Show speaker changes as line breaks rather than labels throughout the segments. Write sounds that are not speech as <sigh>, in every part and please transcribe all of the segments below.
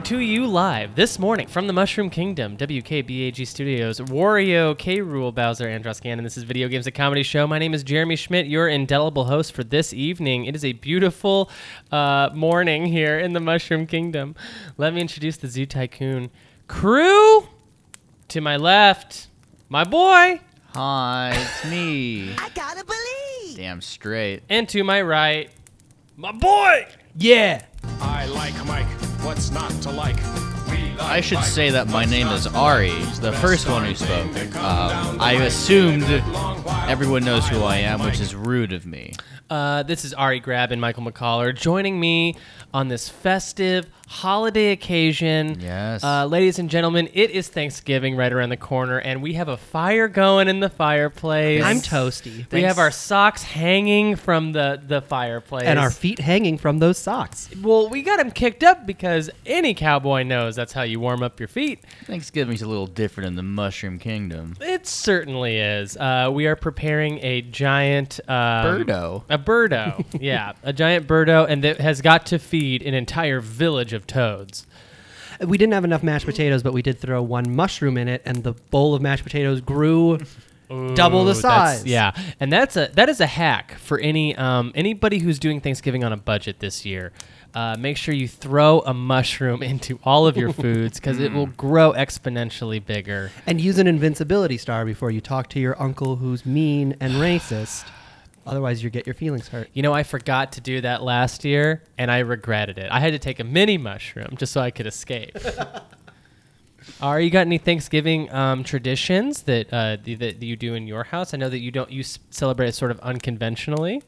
live this morning from the Mushroom Kingdom, WKBAG Studios, Wario, K. Rule, Bowser, and Androscan, and this is Video Games, a comedy show. My name is Jeremy Schmidt, your indelible host for this evening. It is a beautiful uh, morning here in the Mushroom Kingdom. Let me introduce the Zoo Tycoon crew. To my left, my boy,
Hi, it's me.
I gotta believe.
Damn straight.
and to my right, my boy.
Yeah.
I like Mike. What's not to like? We like
I should
Mike.
say that my
What's
name
not
is
to
Ari,
like?
the
Best
first one
darn
who spoke.
thing that come down
Um,
the
I
line.
assumed
Long while.
everyone knows who I
like
am, which
Mike.
is rude of me.
Uh, this is Ari Grab and Michael McCollar joining me on this festive holiday occasion.
Yes.
Uh, ladies and gentlemen, it is Thanksgiving right around the corner, and we have a fire going in the fireplace.
Yes.
I'm toasty.
We have our socks hanging from the, the fireplace.
And our feet hanging from those socks.
Well, we got them kicked up because any cowboy knows that's how you warm up your feet.
Thanksgiving's a little different in the Mushroom Kingdom.
It certainly is. Uh, we are preparing a giant um,
Birdo.
A birdo,
<laughs>
yeah, a giant birdo, and that has got to feed an entire village of toads.
We didn't have enough mashed potatoes, but we did throw one mushroom in it, and the bowl of mashed potatoes <laughs> grew double the
Ooh, Oh, that's-
size.
Yeah, and that's a that is a hack for any um, anybody who's doing Thanksgiving on a budget this year. Uh, make sure you throw a mushroom <laughs> into all of your foods because it
Mm.
will grow exponentially bigger.
And use an invincibility star before you talk to your uncle who's mean <sighs> and racist. Otherwise, you get your feelings hurt.
You know, I forgot to do that last year, and I regretted it. I had to take a mini mushroom just so I
<laughs>
could escape. Are you got any Thanksgiving um, traditions that uh, th- that you do in your house? I know that you don't you s- celebrate it sort of unconventionally.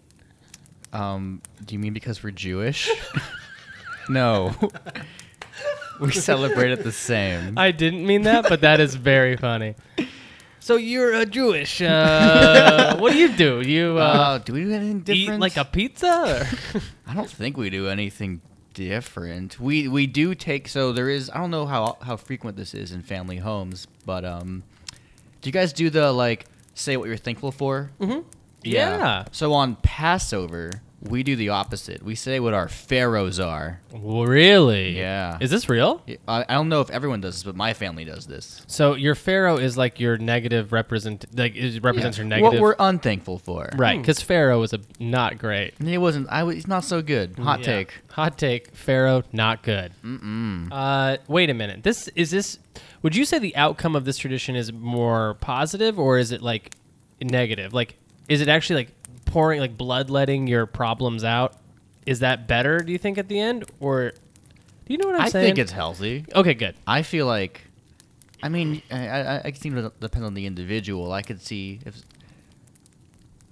Um, do you mean because we're Jewish? <laughs>
<laughs>
no. we celebrate it the same.
I uh, didn't mean that, but that is very <laughs> funny. So you're a Jewish. Uh, <laughs> what do you do? You uh,
Uh, do we do anything
eat
different?
like a pizza? <laughs> Or?
I don't think we do anything different. We we do take so there is I don't know how how frequent this is in family homes, but um, do you guys do the like say what you're thankful for? Mm-hmm.
Yeah.
So on Passover, we do the opposite. We say what our pharaohs are.
really?
Yeah.
Is this real?
I, I don't know if everyone does this, but my family does this.
So your pharaoh is like your negative represent like it represents your negative.
What we're unthankful for.
Right, because Pharaoh was a not great.
And It wasn't. I. was- It's not so good. Mm, Hot
Yeah.
take.
Hot take. Pharaoh not good. Mm-mm. Uh, wait a minute. This is this. Would you say the outcome of this tradition is more positive or is it like negative? Like, is it actually like pouring like bloodletting your problems out? Is that better? Do you think at the end or do you know what I'm
I
saying?
think it's healthy.
okay. Good.
I feel like, I mean, I, I, I seem to depend on the individual. I could see if,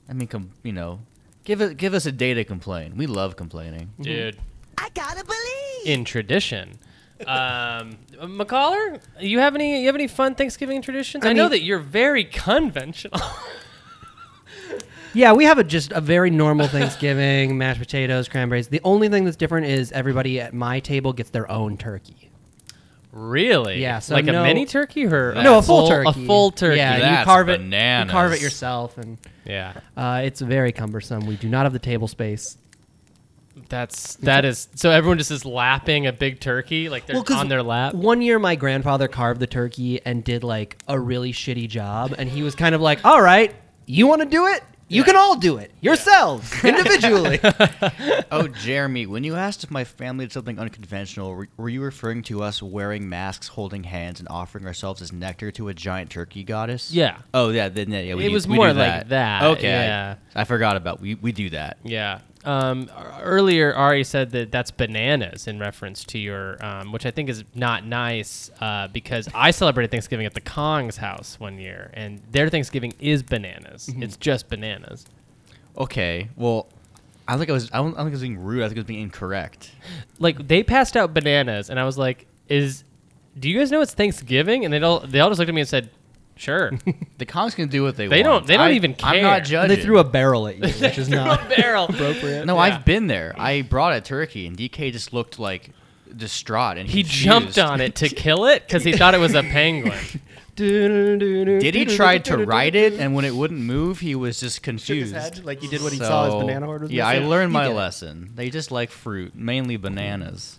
I mean, com, you know, give it, give us a day to complain. We love complaining.
Dude,
I gotta believe.
in tradition. Um, McCollar, you have any you have any fun Thanksgiving traditions? I,
I
know
mean-
that you're very conventional.
Yeah, we have a just a very normal <laughs> Thanksgiving, mashed potatoes, cranberries. The only thing that's different is everybody at my table gets their own turkey.
Really?
Yeah, so
like a
no-
mini turkey or
no, a full, turkey.
A full turkey.
Yeah,
That's
you carve it. You carve
bananas.
it yourself, and
Yeah.
uh, it's very cumbersome. We do not have the table space.
That's that is so everyone just is lapping a big turkey like they're
'cause
on their lap.
One year, my grandfather carved the turkey and did like a really shitty job, and he was kind of like, "All right, you want to do it? You can all do it yourselves individually."
<laughs> oh, Jeremy, when you asked if my family did something unconventional, were, were you referring to us wearing masks, holding hands, and offering ourselves as nectar to a giant turkey goddess?
Yeah.
Oh yeah, then yeah, yeah we
It
do-
was
we do
more like
that.
that,
Okay,
yeah.
I, I forgot about we we do that.
Yeah. Um, e- earlier, Ari said that that's bananas in reference to your, um, which I think is not nice uh, because I celebrated Thanksgiving at the Kong's house one year, and their Thanksgiving is bananas. It's just bananas.
Okay, well, I think I was I don't, I don't think I was being rude. I think I was being incorrect.
like they passed out bananas and i was like is do you guys know it's thanksgiving and they all they all just looked at me and said
<laughs>
sure
The comics can do what they,
They
want.
don't- they don't
I-
even
I'm not
care.
judging.
they threw a barrel at you, which is
<laughs>
not
barrel
appropriate.
no,
yeah.
I've been there. I brought a turkey, and DK just looked like distraught and
he jumped on it to kill it because he thought it was a penguin
Did
Did
he try to ride it? And when it wouldn't move, he was just
Shook his
confused.
head, like he did when he saw his
So,
banana horde was
Yeah, I
missing.
learned
You
my
get it.
lesson. They just like fruit, mainly bananas.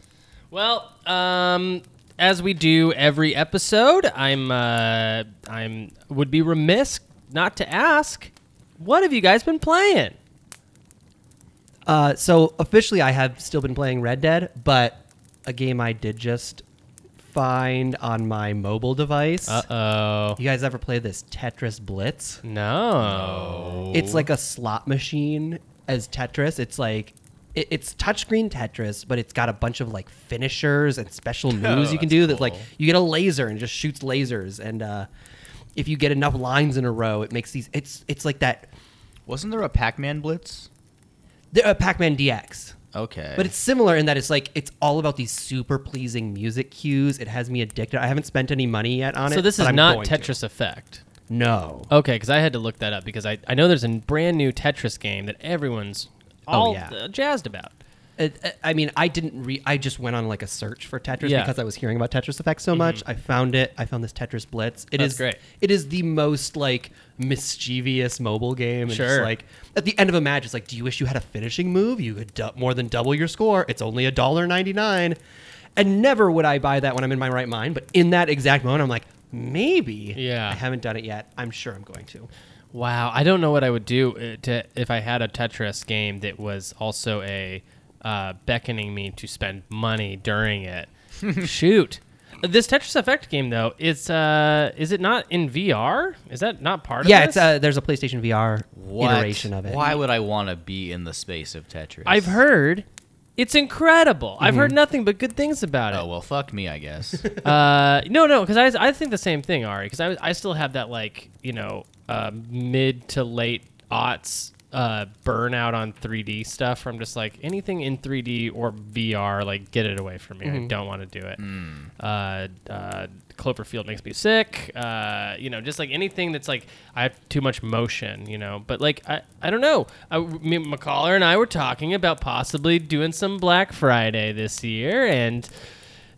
well um as we do every episode, I'm uh, I'm would be remiss not to ask, what have you guys been playing?
Uh, so officially, I have still been playing Red Dead, but a game I did just find on my mobile device.
Uh oh.
You guys ever play this Tetris Blitz?
No.
It's like a slot machine as Tetris. It's like it, it's touchscreen Tetris, but it's got a bunch of like finishers and
<laughs>
special moves you can
that's
do. That like
cool.
you get a laser and it just shoots lasers, and uh, if you get enough lines in a row, it makes these. It's it's like that
Wasn't there a Pac-Man Blitz?
the- uh, Pac-Man DX.
Okay,
Eh.
But it's similar in that it's like it's all about these super pleasing music cues. It has me addicted. I haven't spent any money yet on it.
so this
but
is
I'm
not
going to.
Tetris Effect.
No.
Okay, because I had to look that up because I, I know there's a brand new Tetris game that everyone's all
yeah.
uh, jazzed about.
It- uh, I- I mean, I didn't re. I just went on like a search for Tetris
Yeah. Mm-hmm.
because I was hearing about Tetris Effect so much. I found it. I found this Tetris Blitz. It is
That's great.
It is the most like mischievous mobile game. It's
Sure.
like at the end of a match, it's like, do you wish you had a finishing move? You could du- more than double your score. It's only a dollar ninety nine. And never would I buy that when I'm in my right mind. But in that exact moment, I'm like, maybe.
Yeah.
I haven't done it yet. I'm sure I'm going to.
Wow, I don't know what I would do uh, to if I had a Tetris game that was also a uh, beckoning me to spend money during it. Shoot, this Tetris Effect game though, it's uh, is it not in VR? Is that not part of
yeah,
this?
it's uh, there's a PlayStation VR
What?
iteration of it.
Why would I want to be in the space of Tetris?
I've heard it's incredible. I've heard nothing but good things about it.
Oh well, fuck me, I
<laughs>
guess.
Uh, no, no, because I, I think the same thing, Ari. Because I, was- I still have that like you know uh, mid to late aughts uh, burnout on 3D stuff. Where I'm just like anything in 3D or VR, like get it away from me. I don't want to do it. Uh, uh, Cloverfield makes me sick. Uh, you know, just like anything that's like I have too much motion. You know, but like I, I don't know. I, me, McCaller and I were talking about possibly doing some Black Friday this year and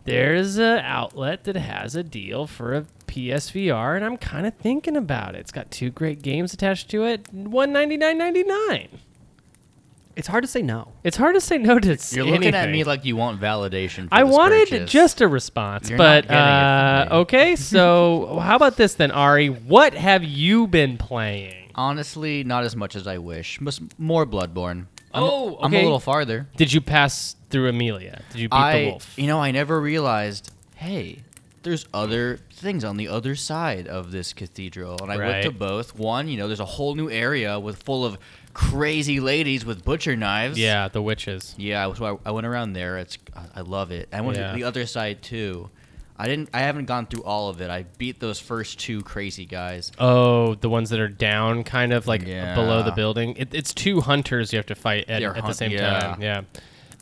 there's a outlet that has a deal for a PSVR, and I'm kind of thinking about it. It's got two great games attached to it. One ninety nine ninety nine.
It's hard to say no.
It's hard to say no to
You're looking at me like you want validation. For
I
this
wanted
purchase.
just a response,
You're not
but
getting it
uh,
from me. <laughs>
okay. So how about this then, Ari? What have you been playing?
honestly not as much as I wish. Mus- more Bloodborne. I'm,
Oh,
I'm a
okay.
little farther.
Did you pass through Amelia? Did you beat
I,
the wolf?
you know, I never realized. Hey, there's other things on the other side of this cathedral, and I went to
Right.
both. One, you know, there's a whole new area with full of crazy ladies with butcher knives.
yeah, the witches.
Yeah, I was- so I, I went around there. It's I- I love it. I went
Yeah.
to the other side too. I didn't. I haven't gone through all of it. I beat those first two crazy guys.
Oh, the ones that are down, kind of like
Yeah.
below the building. It, it's two hunters you have to fight at,
They're
at the
hunt-
same
yeah.
time. Yeah,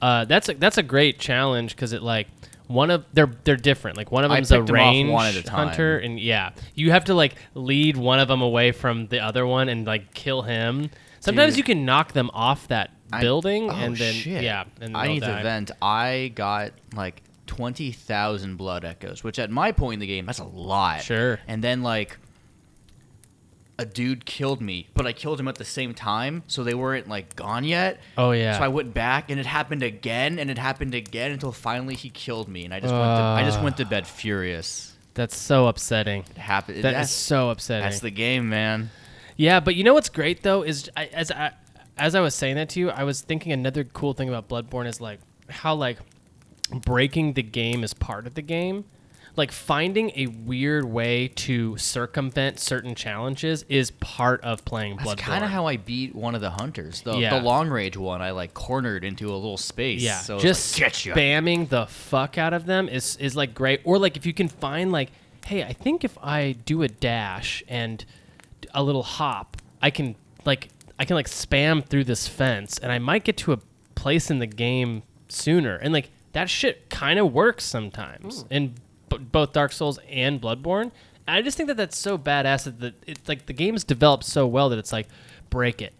uh, that's a, that's a great challenge because it like one of they're they're different. Like one of
I
them's a
picked 'em off
range
one at a time.
hunter, and yeah, you have to like lead one of them away from the other one and like kill him. Sometimes
Dude.
you can knock them off that
I-
building,
oh,
and then
shit.
yeah, and
I
they'll
need
die.
to vent. I got like twenty thousand blood echoes, which at my point in the game, that's a lot.
Sure.
And then like a dude killed me, but I killed him at the same time, so they weren't like gone yet.
Oh, yeah.
So I went back, and it happened again, and it happened again until finally he killed me, and I just went. To, I
Uh.
just went to bed furious.
That's so upsetting.
It happened.
That
that's
is so upsetting.
That's the game, man.
Yeah, but you know what's great though is I, as I as I was saying that to you, I was thinking another cool thing about Bloodborne is like how like breaking the game is part of the game. Like finding a weird way to circumvent certain challenges is part of playing Bloodborne.
That's kind of how I beat one of the hunters. The,
Yeah.
the long range one, I like cornered into a little space.
yeah,
so
just
it's like, get you.
spamming the fuck out of them is is like great. Or like if you can find like, hey, I think if I do a dash and d- a little hop, I can like I can like spam through this fence, and I might get to a place in the game sooner. And like that shit kind of works sometimes
Hmm.
in b- both Dark Souls and Bloodborne. And I just think that that's so badass that the, it's like the game's developed so well that it's like break it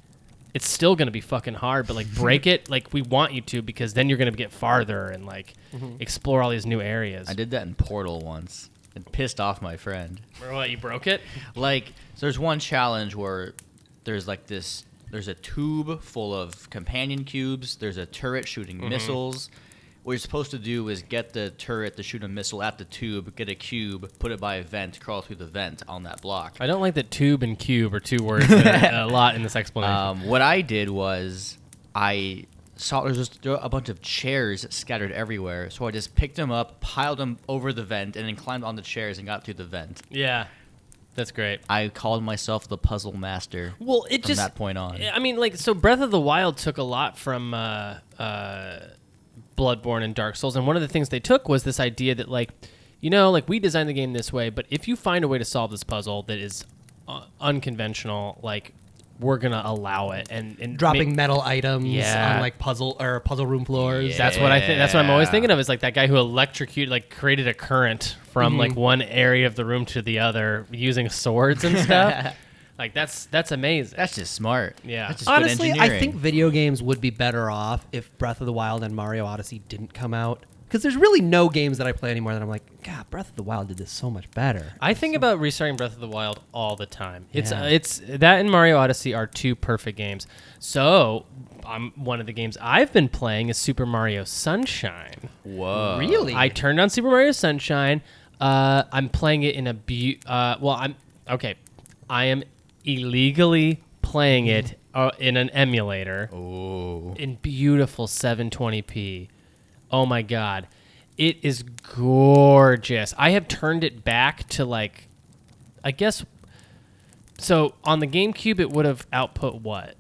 it's still going to be fucking hard, but like break <laughs> it like we want you to because then you're going to get farther and like explore all these new areas.
I did that in Portal once. It pissed off my friend.
Or what, you broke it?
Like, there's one challenge where there's like this
Mm-hmm.
there's a tube full of companion cubes, there's a turret shooting missiles, what you're supposed to do is get the turret to shoot a missile at the tube, get a cube, put it by a vent, crawl through the vent on that block.
I don't like that tube and cube are two <laughs> words that are a lot in this explanation.
Um, what I did was I saw there's just there were a bunch of chairs scattered everywhere, so I just picked them up, piled them over the vent, and then climbed on the chairs and got through the vent.
yeah, that's great.
I called myself the puzzle master.
Well, it
from
just
that point on.
I mean, like, so Breath of the Wild took a lot from uh, uh, Bloodborne and Dark Souls, and one of the things they took was this idea that, like, you know, like we designed the game this way, but if you find a way to solve this puzzle that is uh, unconventional, like, we're gonna allow it, and and
dropping
make-
metal items
Yeah.
on like puzzle or puzzle room floors.
That's what I think. That's what I'm always
Yeah.
thinking of. Is like that guy who electrocuted, like created a current from like one area of the room to the other using swords and <laughs> stuff. like that's that's amazing.
That's just smart.
Yeah.
That's just good
Honestly, I
engineering.
think video games would be better off if Breath of the Wild and Mario Odyssey didn't come out. Because there's really no games that I play anymore that I'm like, God, Breath of the Wild did this so much better.
I think about restarting Breath of the Wild all the time. It's
Yeah.
uh, it's that and Mario Odyssey are two perfect games. So, um, one of the games I've been playing is Super Mario Sunshine.
Whoa.
really?
Uh, I turned on Super Mario Sunshine. Uh, I'm playing it in a be- uh, well, I'm okay. I am illegally playing it uh, in an emulator
Oh.
in beautiful 720p. Oh my god. It is gorgeous. I have turned it back to like I guess so on the GameCube it would have output what?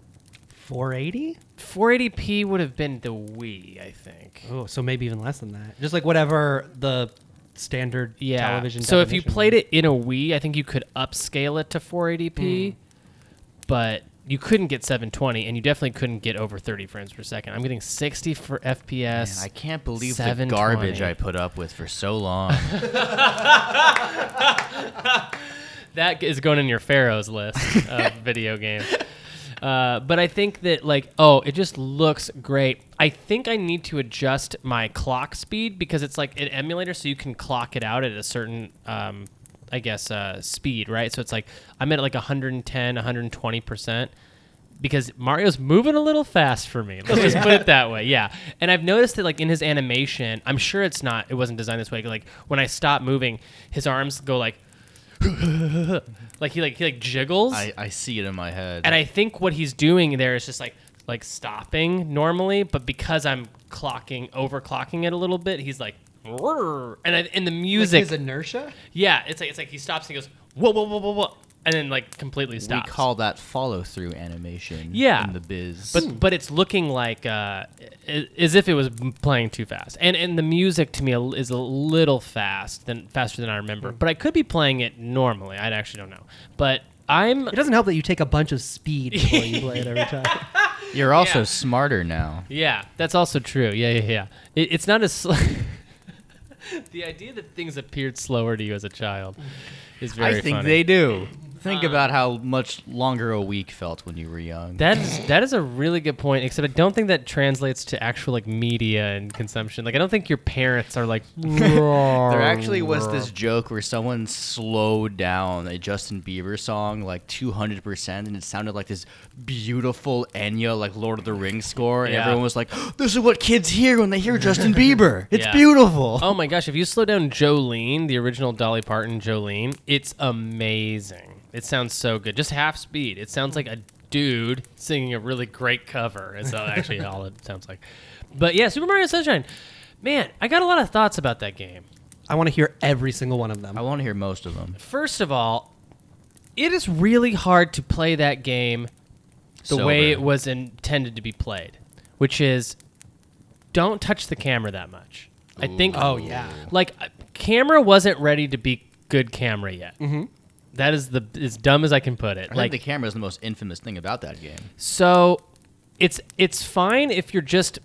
480?
480p would have been the Wii, I think.
Oh, so maybe even less than that. Just like whatever the standard
yeah.
television.
So if you
definition
played
was.
it in a Wii, I think you could upscale it to 480p, but you couldn't get 720, and you definitely couldn't get over 30 frames per second. I'm getting 60 for FPS.
Man, I can't believe the
720.
garbage I put up with for
<laughs>
so long.
that is going in your Pharaoh's list of video games. Uh, but I think that like oh it just looks great. I think I need to adjust my clock speed because it's like an emulator, so you can clock it out at a certain um, I guess uh, speed, right? So it's like I'm at like 110, 120 percent because Mario's moving a little fast for me. Let's just put it that way. Yeah. And I've noticed that like in his animation, I'm sure it's not it wasn't designed this way. Like when I stop moving, his arms go like <laughs> like he like he like jiggles.
I, I see it in my head.
and I think what he's doing there is just like like stopping normally, but because I'm clocking overclocking it a little bit, he's like "Rrr." and I, and the
Like
music
his inertia?
yeah, it's like it's like he stops and he goes whoa whoa whoa whoa whoa and then like completely
we
stops.
call that follow through animation.
Yeah.
In the biz.
But but it's looking like uh, i- as if it was m- playing too fast, and and the music to me a- is a little fast than faster than I remember. But I could be playing it normally. I actually don't know. But I'm
It doesn't help that you take a bunch of speed before you play it
<laughs>
every time.
you're also
yeah.
smarter now.
yeah, that's also true. Yeah yeah yeah. It, it's not as sl- <laughs> the idea that things appeared slower to you as a
<laughs>
child is very.
I think
funny.
they do. Uh, Think about how much longer a week felt when you were young.
That is that is a really good point. Except I don't think that translates to actual like media and consumption. Like I don't think your parents are
<laughs>
like.
There actually was this joke where someone slowed down a Justin Bieber song like 200% and it sounded like this beautiful Enya, like Lord of the Rings score. And
Yeah.
everyone was like, <gasps> this is what kids hear when they hear <laughs> Justin Bieber. It's
Yeah.
beautiful.
Oh my gosh, if you slow down Jolene, the original Dolly Parton Jolene, it's amazing. It sounds so good. Just half speed. It sounds like a dude singing a really great cover. It's not actually all it sounds like. But yeah, Super Mario Sunshine. Man, I got a lot of thoughts about that game.
I want to hear every single one of them.
I want to hear most of them.
First of all, it is really hard to play that game the way it
Sober.
was intended to be played, which is don't touch the camera that much. I think
Oh, yeah.
like uh, camera wasn't ready to be good camera yet. That is the as dumb as I can put it.
Mm-hmm. I
like
think the camera is the most infamous thing about that game.
so, it's it's fine if you're just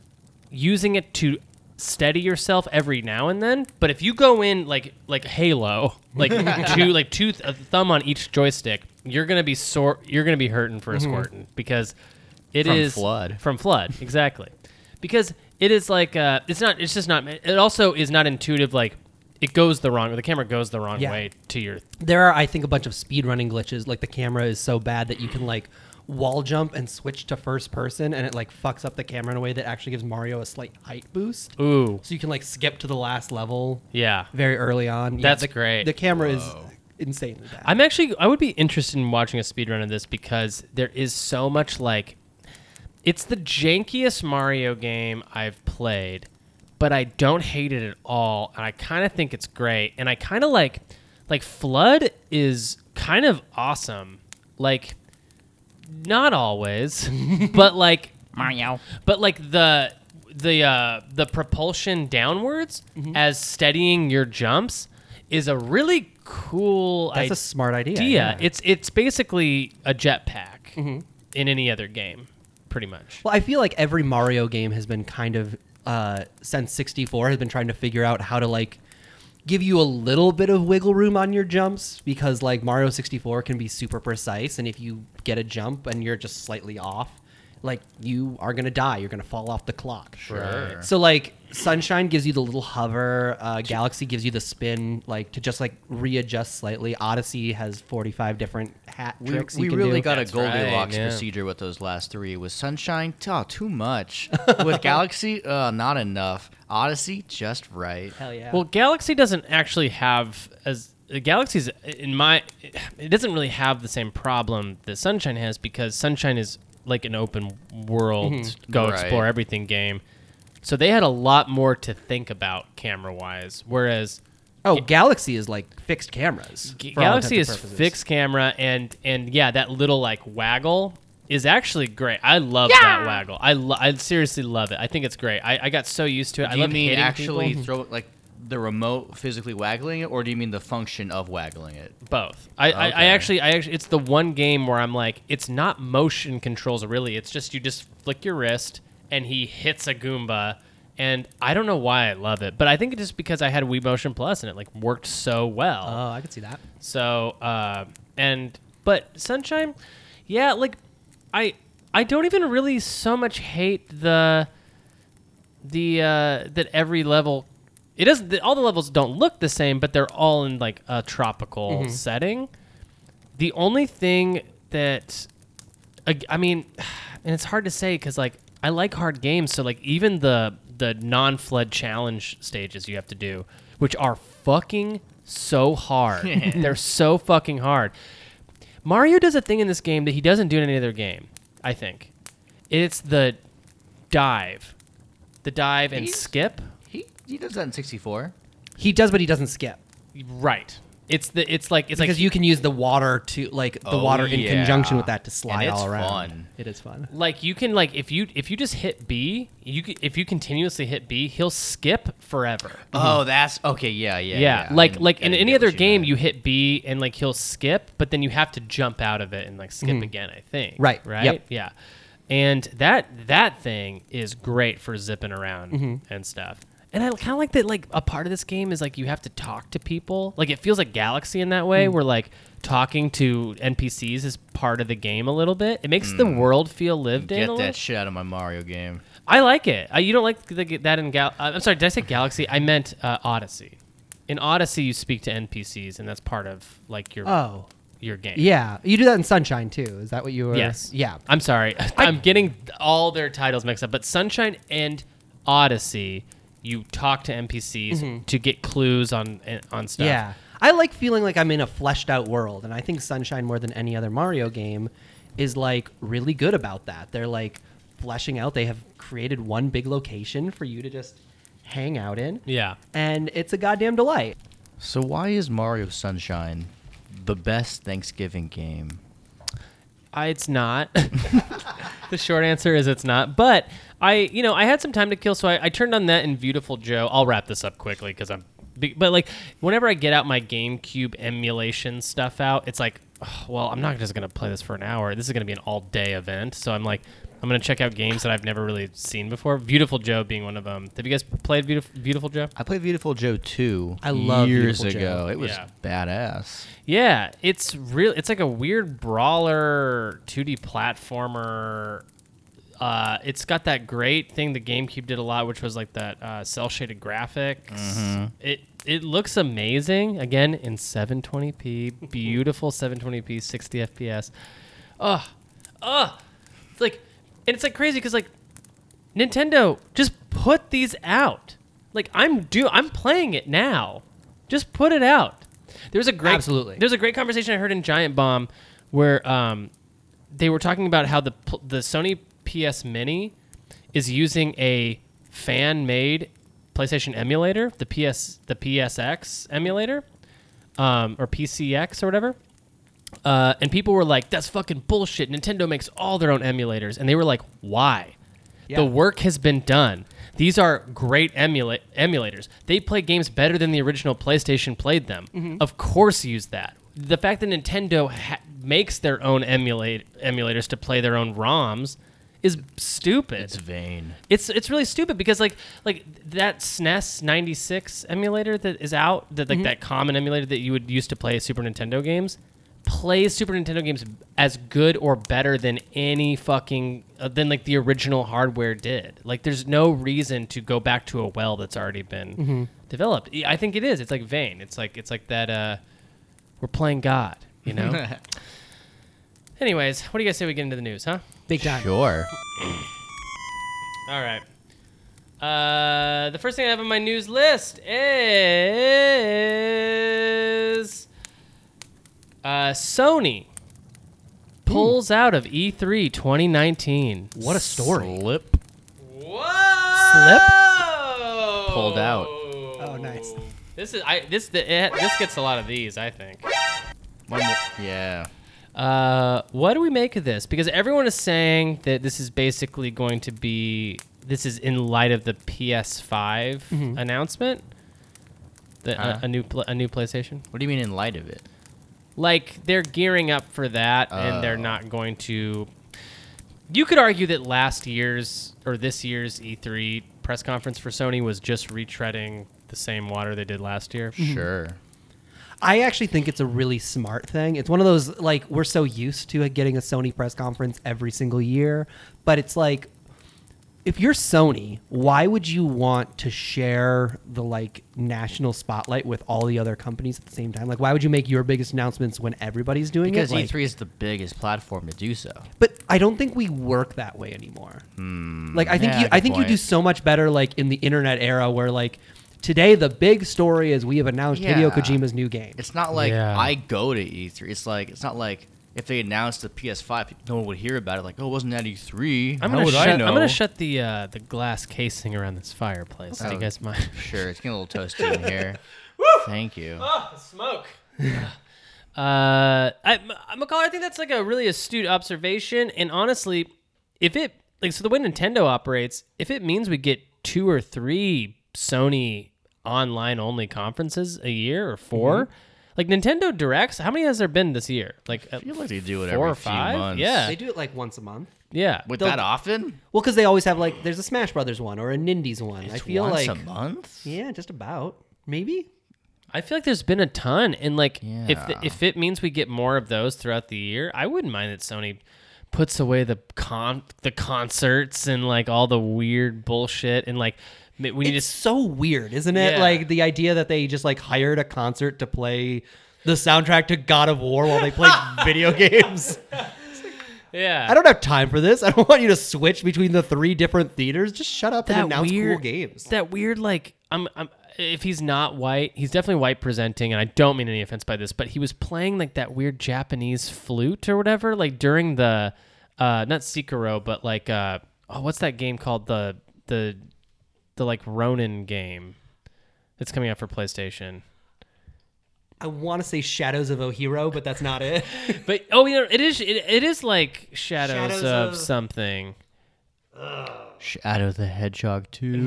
using it to steady yourself every now and then. But if you go in like like Halo, like two like two th- a thumb on each joystick, you're gonna be sore. You're gonna be hurting for a squirtin' because it is
From flood.
from flood exactly because it is like uh, it's not it's just not it also is not intuitive like. It goes the wrong. The camera goes the wrong
Yeah.
way to your
there are i think a bunch of speedrunning glitches like the camera is so bad that you can like wall jump and switch to first person, and it like fucks up the camera in a way that actually gives Mario a slight height boost.
Ooh.
So you can like skip to the last level
Yeah.
very early on. Yeah,
That's
the-
great.
The camera is insanely bad.
I'm actually I would be interested in watching a speedrun of this because there is so much like it's the jankiest Mario game I've played, but I don't hate it at all and I kind of think it's great and I kind of like like Flood is kind of awesome. Like not always, <laughs> but like
Mario.
but like the the uh, the propulsion downwards as steadying your jumps is a really cool
That's
a
a smart idea. yeah. Mm-hmm.
It's it's basically a jetpack in any other game, pretty much.
Well, I feel like every Mario game has been kind of uh, since 64 has been trying to figure out how to like give you a little bit of wiggle room on your jumps because like Mario 64 can be super precise and if you get a jump and you're just slightly off, like you are gonna die. You're gonna fall off the clock.
Sure.
So like Sunshine gives you the little hover, uh, Galaxy gives you the spin, like to just like readjust slightly. Odyssey has 45 different hat
We,
tricks.
we
you can
really
do.
got
That's
a Goldilocks
right, yeah.
procedure with those last three. With Sunshine, oh, too much. <laughs> with Galaxy, uh, not enough. Odyssey, just right.
hell yeah.
Well, Galaxy doesn't actually have as uh, Galaxy's in my it doesn't really have the same problem that Sunshine has because Sunshine is like an open world
Mm-hmm.
go
Right.
explore everything game. So they had a lot more to think about camera wise, whereas
Oh, Galaxy is like fixed cameras.
G-
for all
Galaxy
intents
is
and purposes.
fixed camera and and yeah, that little like waggle is actually great. I love that waggle. I lo- I seriously love it. I think it's great. I, I got so used to it. I
Do you
love
mean
hitting
actually
people.
throw like the remote physically waggling it, or do you mean the function of waggling it?
both. I, I, I
Okay.
actually I actually it's the one game where I'm like it's not motion controls really. It's just you just flick your wrist and he hits a Goomba. And I don't know why I love it, but I think it's just because I had Wii Motion Plus and it like worked so well.
Oh, I could see that.
So uh, and but sunshine, yeah, like I I don't even really so much hate the the uh, that every level it doesn't the, all the levels don't look the same, but they're all in like a tropical setting. The only thing that ag- I mean, <sighs> and it's hard to say because like I like hard games, so like even the the non flood challenge stages you have to do, which are fucking so hard. They're so fucking hard. Mario does a thing in this game that he doesn't do in any other game. I think it's the dive, the dive and
He's-
skip.
He he does that in '64.
He does, but he doesn't skip
Right. It's the it's like it's
because
like
you can use the water to like the
Oh,
water in
yeah.
conjunction with that to slide
And it's
all around.
fun.
It is fun.
like you can like if you if you just hit B, you c- if you continuously hit B, he'll skip forever.
Oh, that's okay. Yeah, yeah,
Mm-hmm. yeah,
yeah.
like
I-
like
I
in
didn't
any
get
other
what you
game,
meant.
you hit B and like he'll skip, but then you have to jump out of it and like skip
Mm-hmm.
again. I think.
Right,
Right.
yep.
Yeah. And that that thing is great for zipping around
Mm-hmm.
and stuff. And I kind of like that. Like a part of this game is like you have to talk to people. Like it feels like Galaxy in that
Mm.
way, where like talking to NPCs is part of the game a little bit. It makes the world feel lived in.
Mm. get
a little
that shit out of my Mario game.
I like it. Uh, you don't like the, that in Gal. Uh, I'm sorry. Did I say Galaxy? I meant uh, Odyssey. In Odyssey, you speak to NPCs, and that's part of like your
Oh,
your game.
yeah. You do that in Sunshine too. Is that what you were?
Yes.
Yeah.
I'm sorry. <laughs> I'm getting all their titles mixed up. But Sunshine and Odyssey, you talk to NPCs to get clues on eh, on stuff.
Mm-hmm. Yeah. I like feeling like I'm in a fleshed out world, and I think Sunshine more than any other Mario game is like really good about that. They're like fleshing out. They have created one big location for you to just hang out in.
Yeah.
And it's a goddamn delight.
So why is Mario Sunshine the best Thanksgiving game?
I, it's not. <laughs> the short answer is it's not. But I, you know, I had some time to kill, so I, I turned on that and Beautiful Joe. I'll wrap this up quickly because I'm. be- But like, whenever I get out my GameCube emulation stuff out, it's like, "Ugh, well, I'm not just gonna play this for an hour. This is gonna be an all day event. So I'm like, I'm gonna check out games that I've never really seen before. Beautiful Joe being one of them. Have you guys played Beautiful Beautiful Joe?
I played Beautiful Joe 2
I love
years
Beautiful
ago.
Joe.
It was
Yeah.
badass.
Yeah, it's real. It's like a weird brawler, 2D platformer. Uh, it's got that great thing the GameCube did a lot, which was like that uh, cell shaded graphics. It it looks amazing. Again in 720p, beautiful 720p, 60 FPS. Oh, ugh. It's like, and it's like crazy because like, Nintendo just put these out. Like I'm do I'm playing it now. Just put it out. There's a great
Absolutely.
There's a great conversation I heard in Giant Bomb where um, they were talking about how the pl- the Sony PS Mini is using a fan made PlayStation emulator, the PS the PSX emulator, um, or PCX or whatever. Uh, and people were like, "That's fucking bullshit." Nintendo makes all their own emulators, and they were like, "Why?"
Yeah.
The work has been done. These are great emula- emulators. They play games better than the original PlayStation played them. Of course, use that. The fact that Nintendo ha- makes their own emulate- emulators to play their own ROMs is stupid.
It's vain.
It's it's really stupid because like like that SNES '96 emulator that is out that like that common emulator that you would use to play Super Nintendo games plays Super Nintendo games as good or better than any fucking uh, than like the original hardware did. Like there's no reason to go back to a well that's already been developed. Yeah, I think it is. It's like vain. It's like it's like that. uh We're playing God,
<laughs>
you know. Anyways, what do you guys say we get into the news, huh?
Big time.
Sure.
All right. Uh, the first thing I have on my news list is uh, Sony pulls out of E E3 2019.
What a story.
Slip.
Whoa!
Pulled out.
Oh, nice.
This is I this the, it, this gets a lot of these, I think.
One more. Yeah.
Uh, what do we make of this? Because everyone is saying that this is basically going to be this is in light of the PS5
Mm-hmm.
announcement, the,
Huh?
a, a new pl- a new PlayStation.
What do you mean in light of it?
Like they're gearing up for that, and they're
Oh.
not going to. You could argue that last year's or this year's E3 press conference for Sony was just retreading the same water they did last year.
Sure.
I actually think it's a really smart thing. It's one of those like we're so used to it getting a Sony press conference every single year, but it's like if you're Sony, why would you want to share the like national spotlight with all the other companies at the same time? Like why would you make your biggest announcements when everybody's doing
Because E
it? Like-
E3 is the biggest platform to do so.
but I don't think we work that way anymore. Like I think
Hmm. Yeah,
you, I
good
think
point.
you do so much better like in the internet era where like today the big story is we have announced
Yeah.
Hideo Kojima's new game.
It's not like
Yeah.
I go to E3. It's like it's not like if they announced the PS5, no one would hear about it. Like, oh, wasn't that E3?
I'm
How
gonna,
would
shut,
I
I'm
know?
gonna shut the uh, the glass casing around this fireplace. Do
Oh.
you guys mind?
Sure, it's getting a little toasty in here. Thank you.
Oh, smoke. uh, I, M- McCall, I think that's like a really astute observation. And honestly, if it like so the way Nintendo operates, if it means we get two or three Sony online only conferences a year or
Mm-hmm.
4 like Nintendo Directs, how many has there been this year? Like uh,
I feel like they do it
four
every
or five?
few months.
Yeah.
They do it like once a month.
yeah,
With
They'll-
that often?
Well, because they always have like there's a Smash Brothers one or a Nindies one. I feel
once
like
a month.
yeah, just about maybe.
I feel like there's been a ton, and like if the,
Yeah.
if it means we get more of those throughout the year, I wouldn't mind that Sony puts away the con the concerts and like all the weird bullshit and like ma- we need
It's
to.
so weird, isn't it?
Yeah.
Like the idea that they just like hired a concert to play the soundtrack to God of War while they <laughs> played video games.
Yeah,
I don't have time for this. I don't want you to switch between the three different theaters. Just shut up and
that
announce
weird
cool games.
That weird like I'm I'm if he's not white, he's definitely white presenting, and I don't mean any offense by this, but he was playing like that weird Japanese flute or whatever, like during the uh not Sekiro, but like uh oh what's that game called the the the like Ronin game that's coming out for PlayStation.
I want to say Shadows of Ohiro, but that's not it.
But oh yeah, it is it, it is like shadows,
Shadows
of,
of-
something.
Shadow the Hedgehog 2.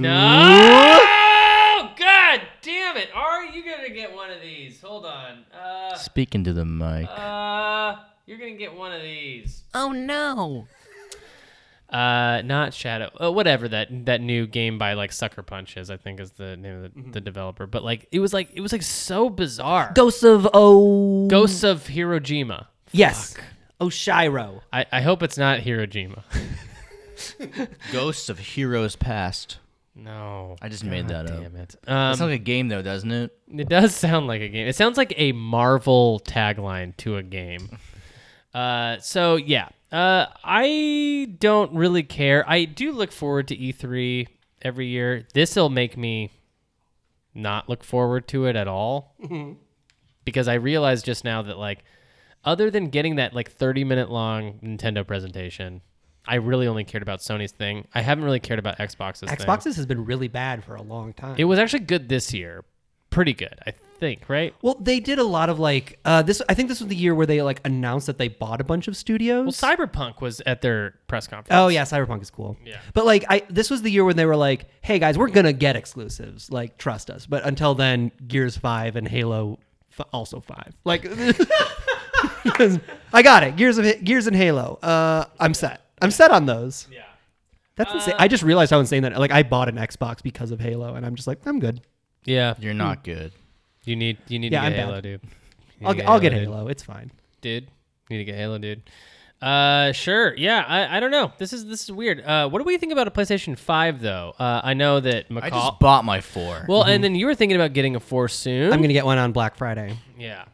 No! God damn it! Are you gonna get one of these? Hold on. Uh
Speaking to the mic.
Uh, you're gonna get one of these.
Oh no.
Uh, not Shadow. Uh, whatever that that new game by like Sucker Punch is, I think is the name of the, the developer. But like, it was like it was like so bizarre.
<laughs> Ghosts of Oh.
Ghosts of Hirojima.
Yes. Oshiro.
I, I hope it's not Hirojima.
Ghosts of Heroes Past.
no,
I just made that up.
damn it.
It's
Um,
like a game though, doesn't it?
it does sound like a game. It sounds like a Marvel tagline to a game. Uh, so yeah, Uh, I don't really care. I do look forward to E3 every year. This'll make me not look forward to it at all. Because I realized just now that like other than getting that like 30 minute long Nintendo presentation, I really only cared about Sony's thing. I haven't really cared about Xbox's thing.
Xboxes has been really bad for a long time.
It was actually good this year. Pretty good, I think, right?
well, they did a lot of like uh, this. I think this was the year where they like announced that they bought a bunch of studios.
Well, Cyberpunk was at their press conference.
Oh yeah, Cyberpunk is cool.
Yeah.
But like I this was the year when they were like, "Hey guys, we're going to get exclusives. Like trust us." But until then, Gears 5 and Halo f- also 5. Like <laughs> I got it. Gears of Gears and Halo. Uh I'm set. I'm set on those.
Yeah. Uh,
That's insane. I just realized how insane that like I bought an Xbox because of Halo and I'm just like, "I'm good.
Yeah.
You're not good.
You need you need
Yeah,
to
I'm
get
bad.
Halo, dude. You need
I'll
to
get, I'll get
dude.
Halo. It's fine."
dude. Need to get Halo, dude. Uh, sure. Yeah, I, I don't know. This is this is weird. Uh, what do we think about a PlayStation Five though? Uh, I know that
I
McCall.
just bought my four.
well, and then you were thinking about getting a four soon.
Mm-hmm. I'm going to get one on Black Friday.
yeah.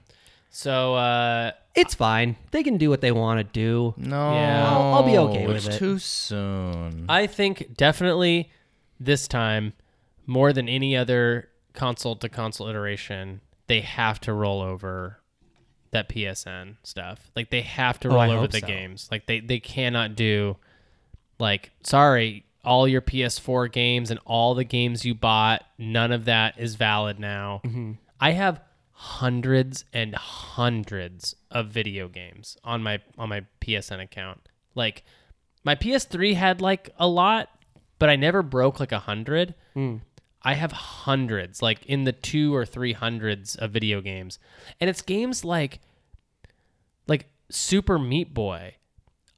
So uh,
It's fine. They can do what they want to do.
no,
Yeah.
I'll- I'll be okay with
it's
it.
too soon.
I think definitely this time more than any other console to console iteration, they have to roll over that PSN stuff. Like they have to roll
Oh, I
over
hope
the
so.
games. Like they they cannot do like sorry, all your PS4 games and all the games you bought, none of that is valid now. I have hundreds and hundreds of video games on my on my PSN account. Like my PS3 had like a lot, but I never broke like a hundred. I have hundreds, like in the two or three hundreds of video games, and it's games like, like Super Meat Boy.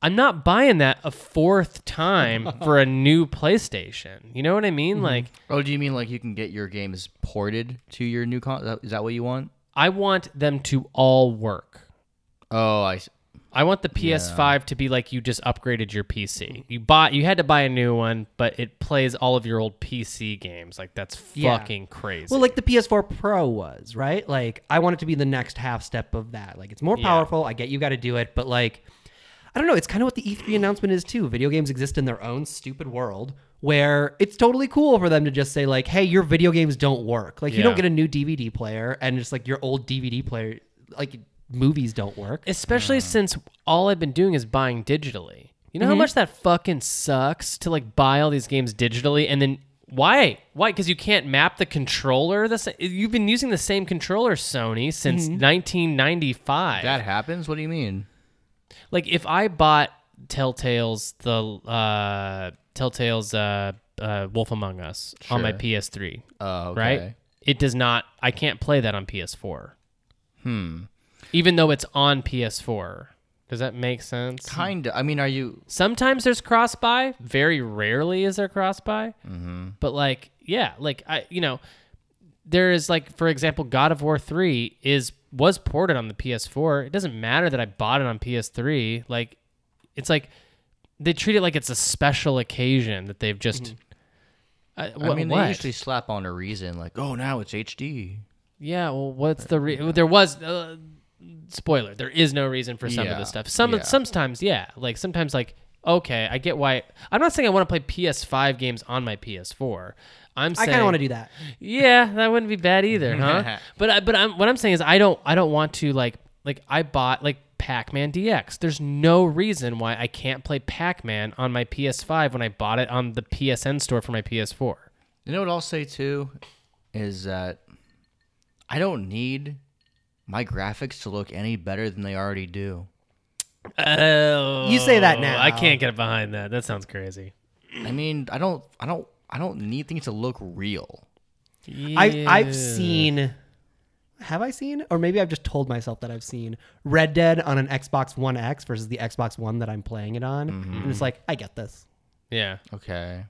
I'm not buying that a fourth time for a new PlayStation. You know what I mean? Like,
oh, do you mean like you can get your games ported to your new con? Is that- Is that what you want?
I want them to all work.
Oh, I. s-
I want the PS5 to be like you just upgraded your PC. You bought, you had to buy a new one, but it plays all of your old PC games. Like that's
Yeah.
fucking crazy.
Well, like the PS4 Pro was, right? Like, I want it to be the next half step of that. Like, it's more powerful. I get you got to do it, but like, I don't know. It's kind of what the E3 announcement is too. Video games exist in their own stupid world where it's totally cool for them to just say like, "Hey, your video games don't work. Like, you
Yeah.
don't get a new DVD player, and just like your old DVD player, like movies don't work."
Mm.
especially since all I've been doing is buying digitally. You
Mm-hmm.
know how much that fucking sucks to like buy all these games digitally and then why? Why? Because you can't map the controller. That's you've been using the same controller, Sony, since 1995.
Mm-hmm. That happens. What do you mean?
like if I bought Telltale's the uh, Telltale's uh, uh, Wolf Among Us on my
Sure.
PS3,
Oh, okay.
right? It does not. I can't play that on PS4. Hmm. Even though it's on PS4, does that make sense?
Kinda. I mean, are you?
Sometimes there's cross buy. Very rarely is there cross buy.
Mm-hmm.
But like, yeah, like I, you know, there is like, for example, God of War three is was ported on the PS4. It doesn't matter that I bought it on PS3. Like, it's like they treat it like it's a special occasion that they've just. I, wh-
Mm-hmm. I mean,
what?
they usually slap on a reason like, "Oh, now it's HD."
Yeah, well, what's the re- there was uh, spoiler. There is no reason for some of
Yeah,
this stuff. Some
yeah.
sometimes, yeah, like sometimes, like okay, I get why. I'm not saying I want to play PS5 games on my PS4. I'm
I
saying
kind of want to do that.
<laughs> yeah, that wouldn't be bad either, huh? but I, but I'm, what I'm saying is I don't I don't want to like like I bought like Pac-Man DX. There's no reason why I can't play Pac-Man on my PS5 when I bought it on the PSN store for my PS4.
You know what I'll say too is that I don't need my graphics to look any better than they already do.
Oh,
You say that now.
I can't get behind that. That sounds crazy.
I mean, I don't, I don't, I don't need things to look real.
I I've seen have I seen or maybe I've just told myself that I've seen Red Dead on an Xbox One X versus the Xbox One that I'm playing it on and it's like I get this.
Yeah.
Okay.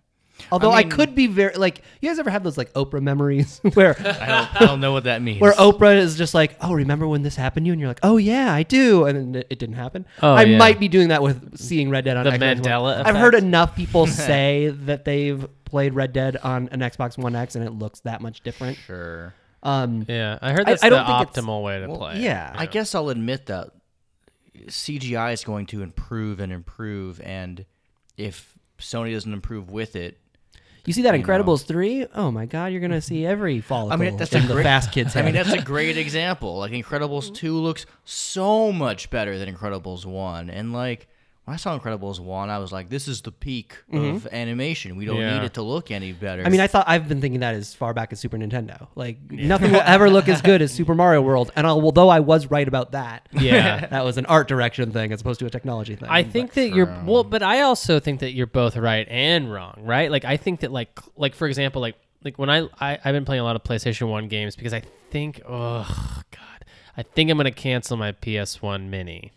Although I,
mean-
could be very like you guys ever have those like Oprah memories <laughs> where
I don't, I don't know what that means.
where Oprah is just like, "Oh, remember when this happened to you?" and you're like, "Oh yeah, I do." And then it- it didn't happen.
Oh,
I
yeah.
might be doing that with seeing Red Dead on
The
Xbox One.
Mandela
I've heard
effect.
enough
<laughs>
people say that they've played Red Dead on an Xbox One X and it looks that much different.
sure.
Um
Yeah. I heard
I-
that's
I
the
don't think it's-
optimal way to
Well,
play. it.
yeah.
I guess I'll admit that CGI is going to improve and improve, and if Sony doesn't improve with it,
You see that
You know. Mm-hmm.
Incredibles three? Oh my god, you're gonna see every follicle
I mean that's
in
a
the
great,
Fast Kids.
I mean
head.
that's a great example. Like Incredibles two looks so much better than Incredibles one, and like when I saw Incredibles one, I was like, this is the peak of animation. We don't
Mm-hmm. Yeah.
need it to look any better.
I mean, I thought I've been thinking that as far back as Super Nintendo. Like nothing will ever look as good as Super Mario World. And although I was right about
<laughs>
that,
Yeah.
<laughs> that was an art direction thing as opposed to a technology thing.
I think that you're well,
um,
but I also think that you're both right and wrong, right? Like I think that like like for example, like like when I, I I've been playing a lot of PlayStation One games because I think oh god, I think I'm gonna cancel my PS One Mini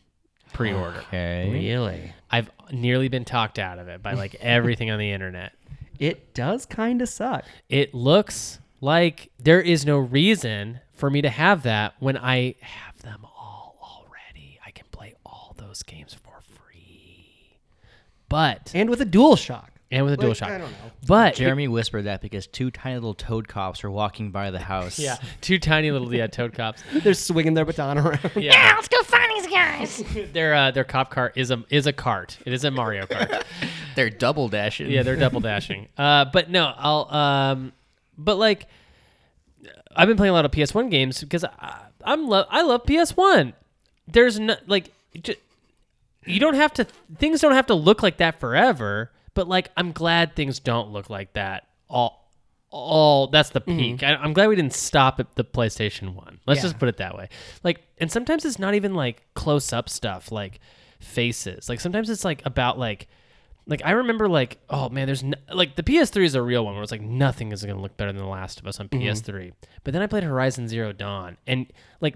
pre-order. Mm-hmm.
okay.
really,
I've nearly been talked out of it by like everything on the internet.
it does kind of suck.
It looks like there is no reason for me to have that when I have them all already. I can play all those games for free. But
And with a Dual
<laughs>
Shock,
and with a dual
Like,
shock.
I don't know.
But
Jeremy whispered that because two tiny little toad cops are walking by the house.
yeah, two tiny little yeah toad cops.
they're swinging their baton around.
Yeah,
let's go find these guys.
their uh, their cop car is a is a cart. It is a Mario cart.
they're double dashing.
yeah, they're double dashing. Uh, but no, I'll um, but like, I've been playing a lot of PS1 games because I, I'm lo- I love PS1. There's no like, ju- you don't have to things don't have to look like that forever. But like, I'm glad things don't look like that all. All that's the peak. I, I'm glad we didn't stop at the PlayStation One. Let's just put it that way. Like, and sometimes it's not even like close up stuff, like faces. Like sometimes it's like about like like I remember, like oh man, there's n like the PS3 is a real one where it's like nothing is gonna look better than The Last of Us on PS3. But then I played Horizon Zero Dawn, and like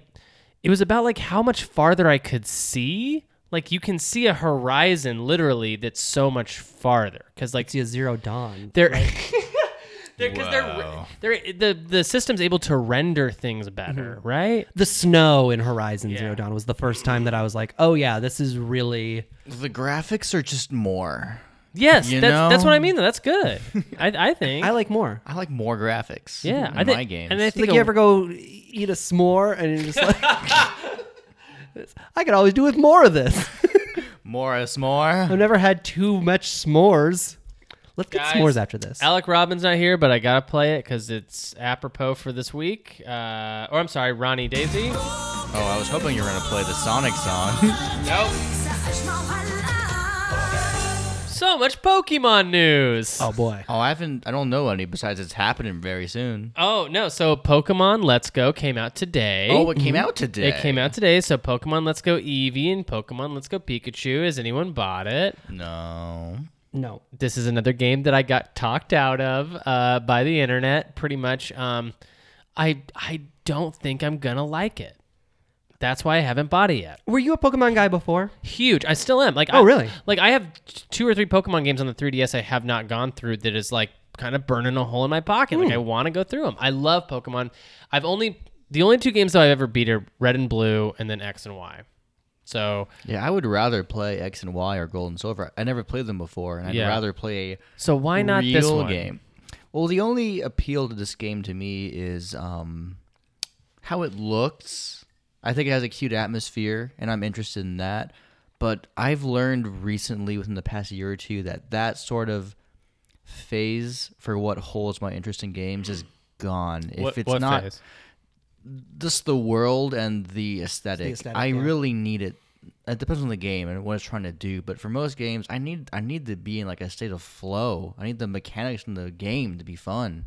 it was about like how much farther I could see. Like you can see a horizon literally that's so much farther because like
See a <laughs> Zero Dawn.
they're <laughs> they're because they're they're the the system's able to render things better,
Mm-hmm.
right?
The snow in Horizon Zero
Yeah.
Dawn was the first time that I was like, oh yeah, this is really.
The graphics are just more.
Yes,
You
that's that's
know?
what I mean. though. That's
<laughs>
good. I I think
I like more.
I like more graphics.
Yeah,
in
I think-
my games.
and I
It's like
think
you
a-
ever go eat a s'more and you're just like, <laughs> I could always do with more of this. <laughs>
more is
I've
more.
never had too much s'mores. Let's get
Guys,
s'mores after this.
Alec Robbins not here, but I gotta play it because it's apropos for this week. Uh, or I'm sorry, Ronnie Daisy.
Oh, I was hoping you were gonna play the Sonic song. <laughs>
So much Pokemon news.
oh boy.
Oh, I haven't. I don't know any besides it's happening very soon.
Oh, no, so Pokemon Let's Go came out today.
Oh, it came out today.
Mm-hmm. It came out today, so Pokemon Let's Go Eevee and Pokemon Let's Go Pikachu. Has anyone bought it?
No.
No.
This is another game that I got talked out of uh, by the internet, pretty much. Um, I I don't think I'm gonna like it. That's why I haven't bought it yet.
Were you a Pokemon guy before?
huge. I still am. Like,
Oh,
I,
really?
Like, I have t- two or three Pokemon games on the 3DS I have not gone through that is like kind of burning a hole in my pocket. Like, I want to go through them. I love Pokemon. I've only the only two games that I've ever beat are Red and Blue, and then X and Y. So,
Yeah, I would rather play X and Y or Gold and Silver. I never played them before, and I'd
Yeah.
rather play
so why not
real
this one?
game. Well, the only appeal to this game to me is um, how it looks. I think it has a cute atmosphere, and I'm interested in that. But I've learned recently, within the past year or two, that that sort of phase for what holds my interest in games is gone.
What-
if it's
what
not
phase?
just the world and the aesthetic,
aesthetic,
I
yeah.
really need it. It depends on the game and what it's trying to do, but for most games, I need I need to be in like a state of flow. I need the mechanics in the game to be fun.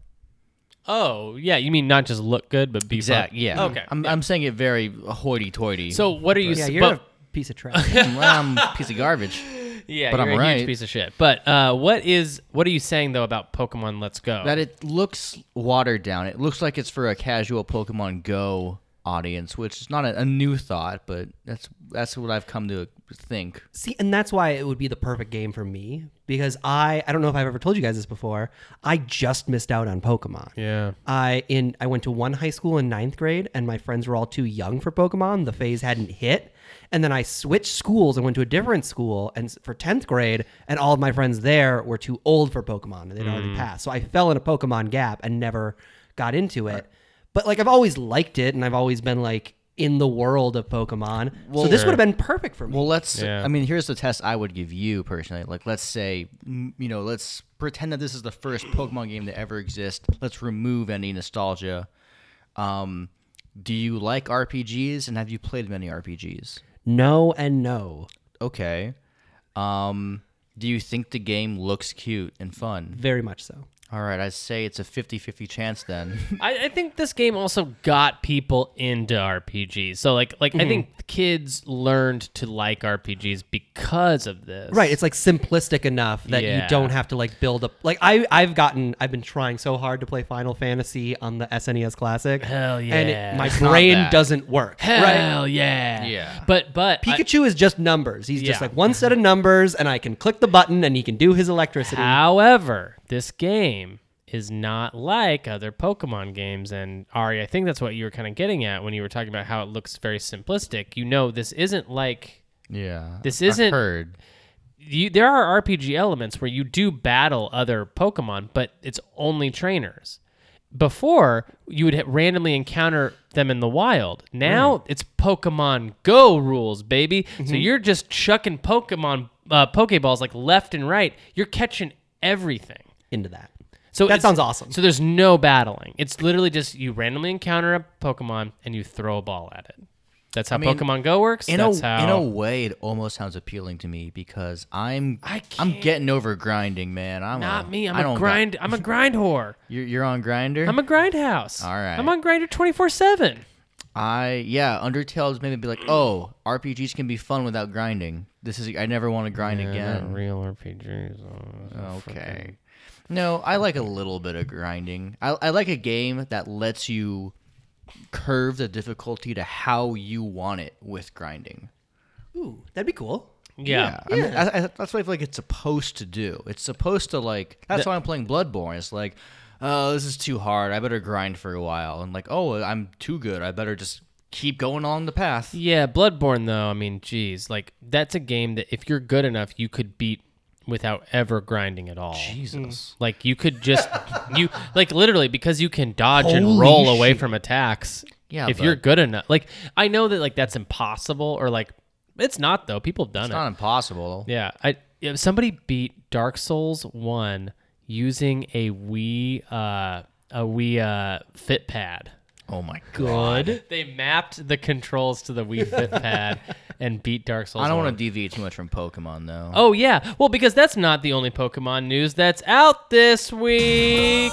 Oh, yeah. You mean not just look good, but be
Exact-
fun?
Yeah.
Okay.
I'm, I'm saying it very hoity-toity.
so what are you?
Yeah,
s-
you're
but-
a piece of trash.
<laughs> I'm a piece of garbage.
yeah,
but
you're
I'm
a huge
right.
piece of shit. But uh, what is what are you saying though about Pokemon Let's Go?
That it looks watered down. It looks like it's for a casual Pokemon Go audience, which is not a, a new thought, but that's that's what I've come to think.
See, and that's why it would be the perfect game for me because I I don't know if I've ever told you guys this before. I just missed out on Pokemon.
yeah.
I in I went to one high school in ninth grade, and my friends were all too young for Pokemon. The phase hadn't hit, and then I switched schools and went to a different school, and s- for tenth grade, and all of my friends there were too old for Pokemon, and they'd already passed. So I fell in a Pokemon gap and never got into it. But like I've always liked it, and I've always been like in the world of Pokemon.
Well-
so this
Sure.
would have been perfect for me.
Well, let's.
Yeah.
I mean, here's the test I would give you personally. Like, let's say, mm, you know, let's pretend that this is the first Pokemon game to ever exist. Let's remove any nostalgia. Um, do you like RPGs and have you played many RPGs?
no and no.
Okay. Um, do you think the game looks cute and fun?
Very much so.
All right, I say it's a 50-50 chance then. <laughs>
I, I think this game also got people into RPGs. So like like I think kids learned to like RPGs because of this.
Right. It's like simplistic enough that
Yeah.
you don't have to like build up. Like I, I've gotten, I've been trying so hard to play Final Fantasy on the SNES Classic.
Hell
And
yeah.
it, my
It's
not
brain
that.
doesn't work.
Hell yeah.
Yeah.
But but I-
Pikachu is just numbers. He's just
Yeah.
like one set of numbers, and I can click the button, and he can do his electricity.
however, this game is not like other Pokemon games and Ari, I think that's what you were kind of getting at when you were talking about how it looks very simplistic. You know, this isn't like
yeah.
This
I've
isn't-
heard.
you, there are RPG elements where you do battle other Pokemon, but it's only trainers. Before you would ha- randomly encounter them in the wild. Now it's Pokemon Go rules, baby. So you're just chucking Pokemon uh, Pokeballs like left and right. You're catching everything.
Into that.
So
That
it's-
sounds awesome.
So there's no battling. It's literally just you randomly encounter a Pokemon and you throw a ball at it. That's how
mean,
Pokemon Go works.
In
That's
a
how
in a way, it almost sounds appealing to me because I'm I am i am getting over grinding, man. I'm
not
a,
me. I'm
I am
I am
do
a grind. I'm a grind whore.
You're, you're on grinder.
I'm a grindhouse.
<laughs> All right.
I'm on grinder 24 7.
I yeah, Undertale's made me be like, oh, RPGs can be fun without grinding. This is I never want to grind again.
real
uh,
RPGs.
Okay. No, I like a little bit of grinding. I, I like a game that lets you curve the difficulty to how you want it with grinding.
Ooh, that'd be cool.
Yeah.
I mean, I, I, that's what I feel like it's supposed to do. It's supposed to like. That's why I'm playing Bloodborne. It's like, oh, this is too hard. I better grind for a while. And like, oh, I'm too good. I better just keep going along the path.
Yeah, Bloodborne, though, I mean, geez. Like, that's a game that if you're good enough, you could beat without ever grinding at all.
Jesus.
Like, you could just, you, like, literally, because you can dodge and roll away from attacks.
Yeah,
If
but-
you're good enough. Like, I know that, like, that's impossible, or, like, it's not, though. People have done
It's
it.
not impossible.
Yeah, I if somebody beat Dark Souls one using a Wii uh, a Wii uh, Fit Pad.
Oh my god.
<laughs> They mapped the controls to the Wii Fit Pad and beat Dark Souls.
I don't want to
want to.
deviate too much from Pokemon though.
Oh <laughs> yeah, well because that's not the only Pokemon news that's out this week.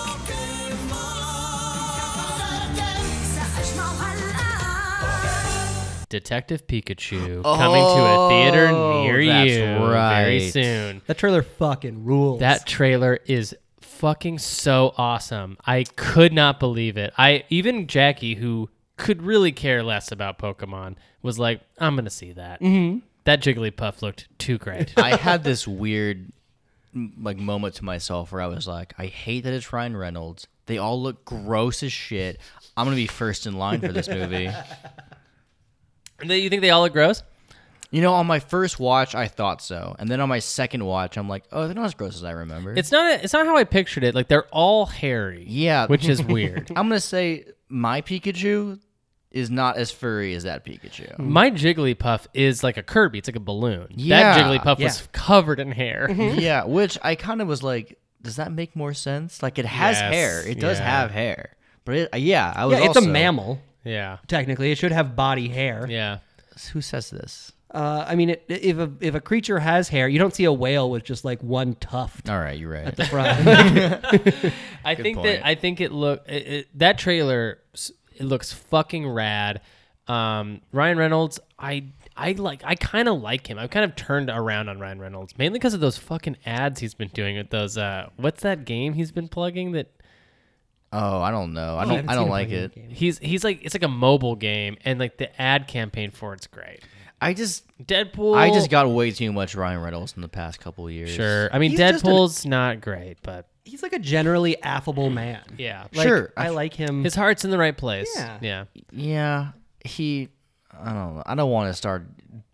Detective Pikachu coming to a theater
Oh,
near
that's
you very
right.
soon.
That trailer fucking rules.
That trailer is fucking so awesome. I could not believe it. I even Jackie, who could really care less about Pokemon, was like, "I'm gonna see that." Mm-hmm. That Jigglypuff looked too
<laughs>
great.
I had this weird m- like moment to myself where I was like, I hate that it's Ryan Reynolds. They all look gross as shit. I'm gonna be first in line for
<laughs>
this movie.
They- you think they all look gross?
You know, on my first watch, I thought so, and then on my second watch, I'm like, oh, they're not as gross as I remember.
It's not. it's not how I pictured it. Like they're all hairy.
Yeah.
which
<laughs>
is weird.
I'm gonna say my Pikachu is not as furry as that Pikachu.
My Jigglypuff is like a Kirby. It's like a balloon.
Yeah. Mm-hmm.
that Jigglypuff was
Yeah.
covered in hair.
yeah, which I kind of was like, does that make more sense? Like, it has
Yes,
hair. It does
yeah.
have hair. But it, yeah, I was.
yeah, it's a
also-
mammal.
<laughs> yeah,
Technically, it should have body hair.
yeah.
Who says this?
Uh, I mean, it, if a if a creature has hair, you don't see a whale with just like one tuft.
All right, you're right.
<laughs>
From.
I think
point.
that I think it look it, it, that trailer s- it looks fucking rad. Um, Ryan Reynolds, I I like I kind of like him. I've kind of turned around on Ryan Reynolds mainly because of those fucking ads he's been doing with those. Uh, what's that game he's been plugging that
<laughs> oh, I don't know. I don't.
haven't
I
seen
don't
a
like
Pokemon
it.
game.
he's he's like it's like a mobile game and like the ad campaign for it's great.
I just.
Deadpool.
I just got way too much Ryan Reynolds in the past couple years.
sure. I mean,
He's just an-
Deadpool's not great, but
He's like a generally affable man.
yeah,
Like,
Sure.
I like him.
his heart's in the right place.
Yeah.
yeah.
Yeah, he. I don't know. I don't want to start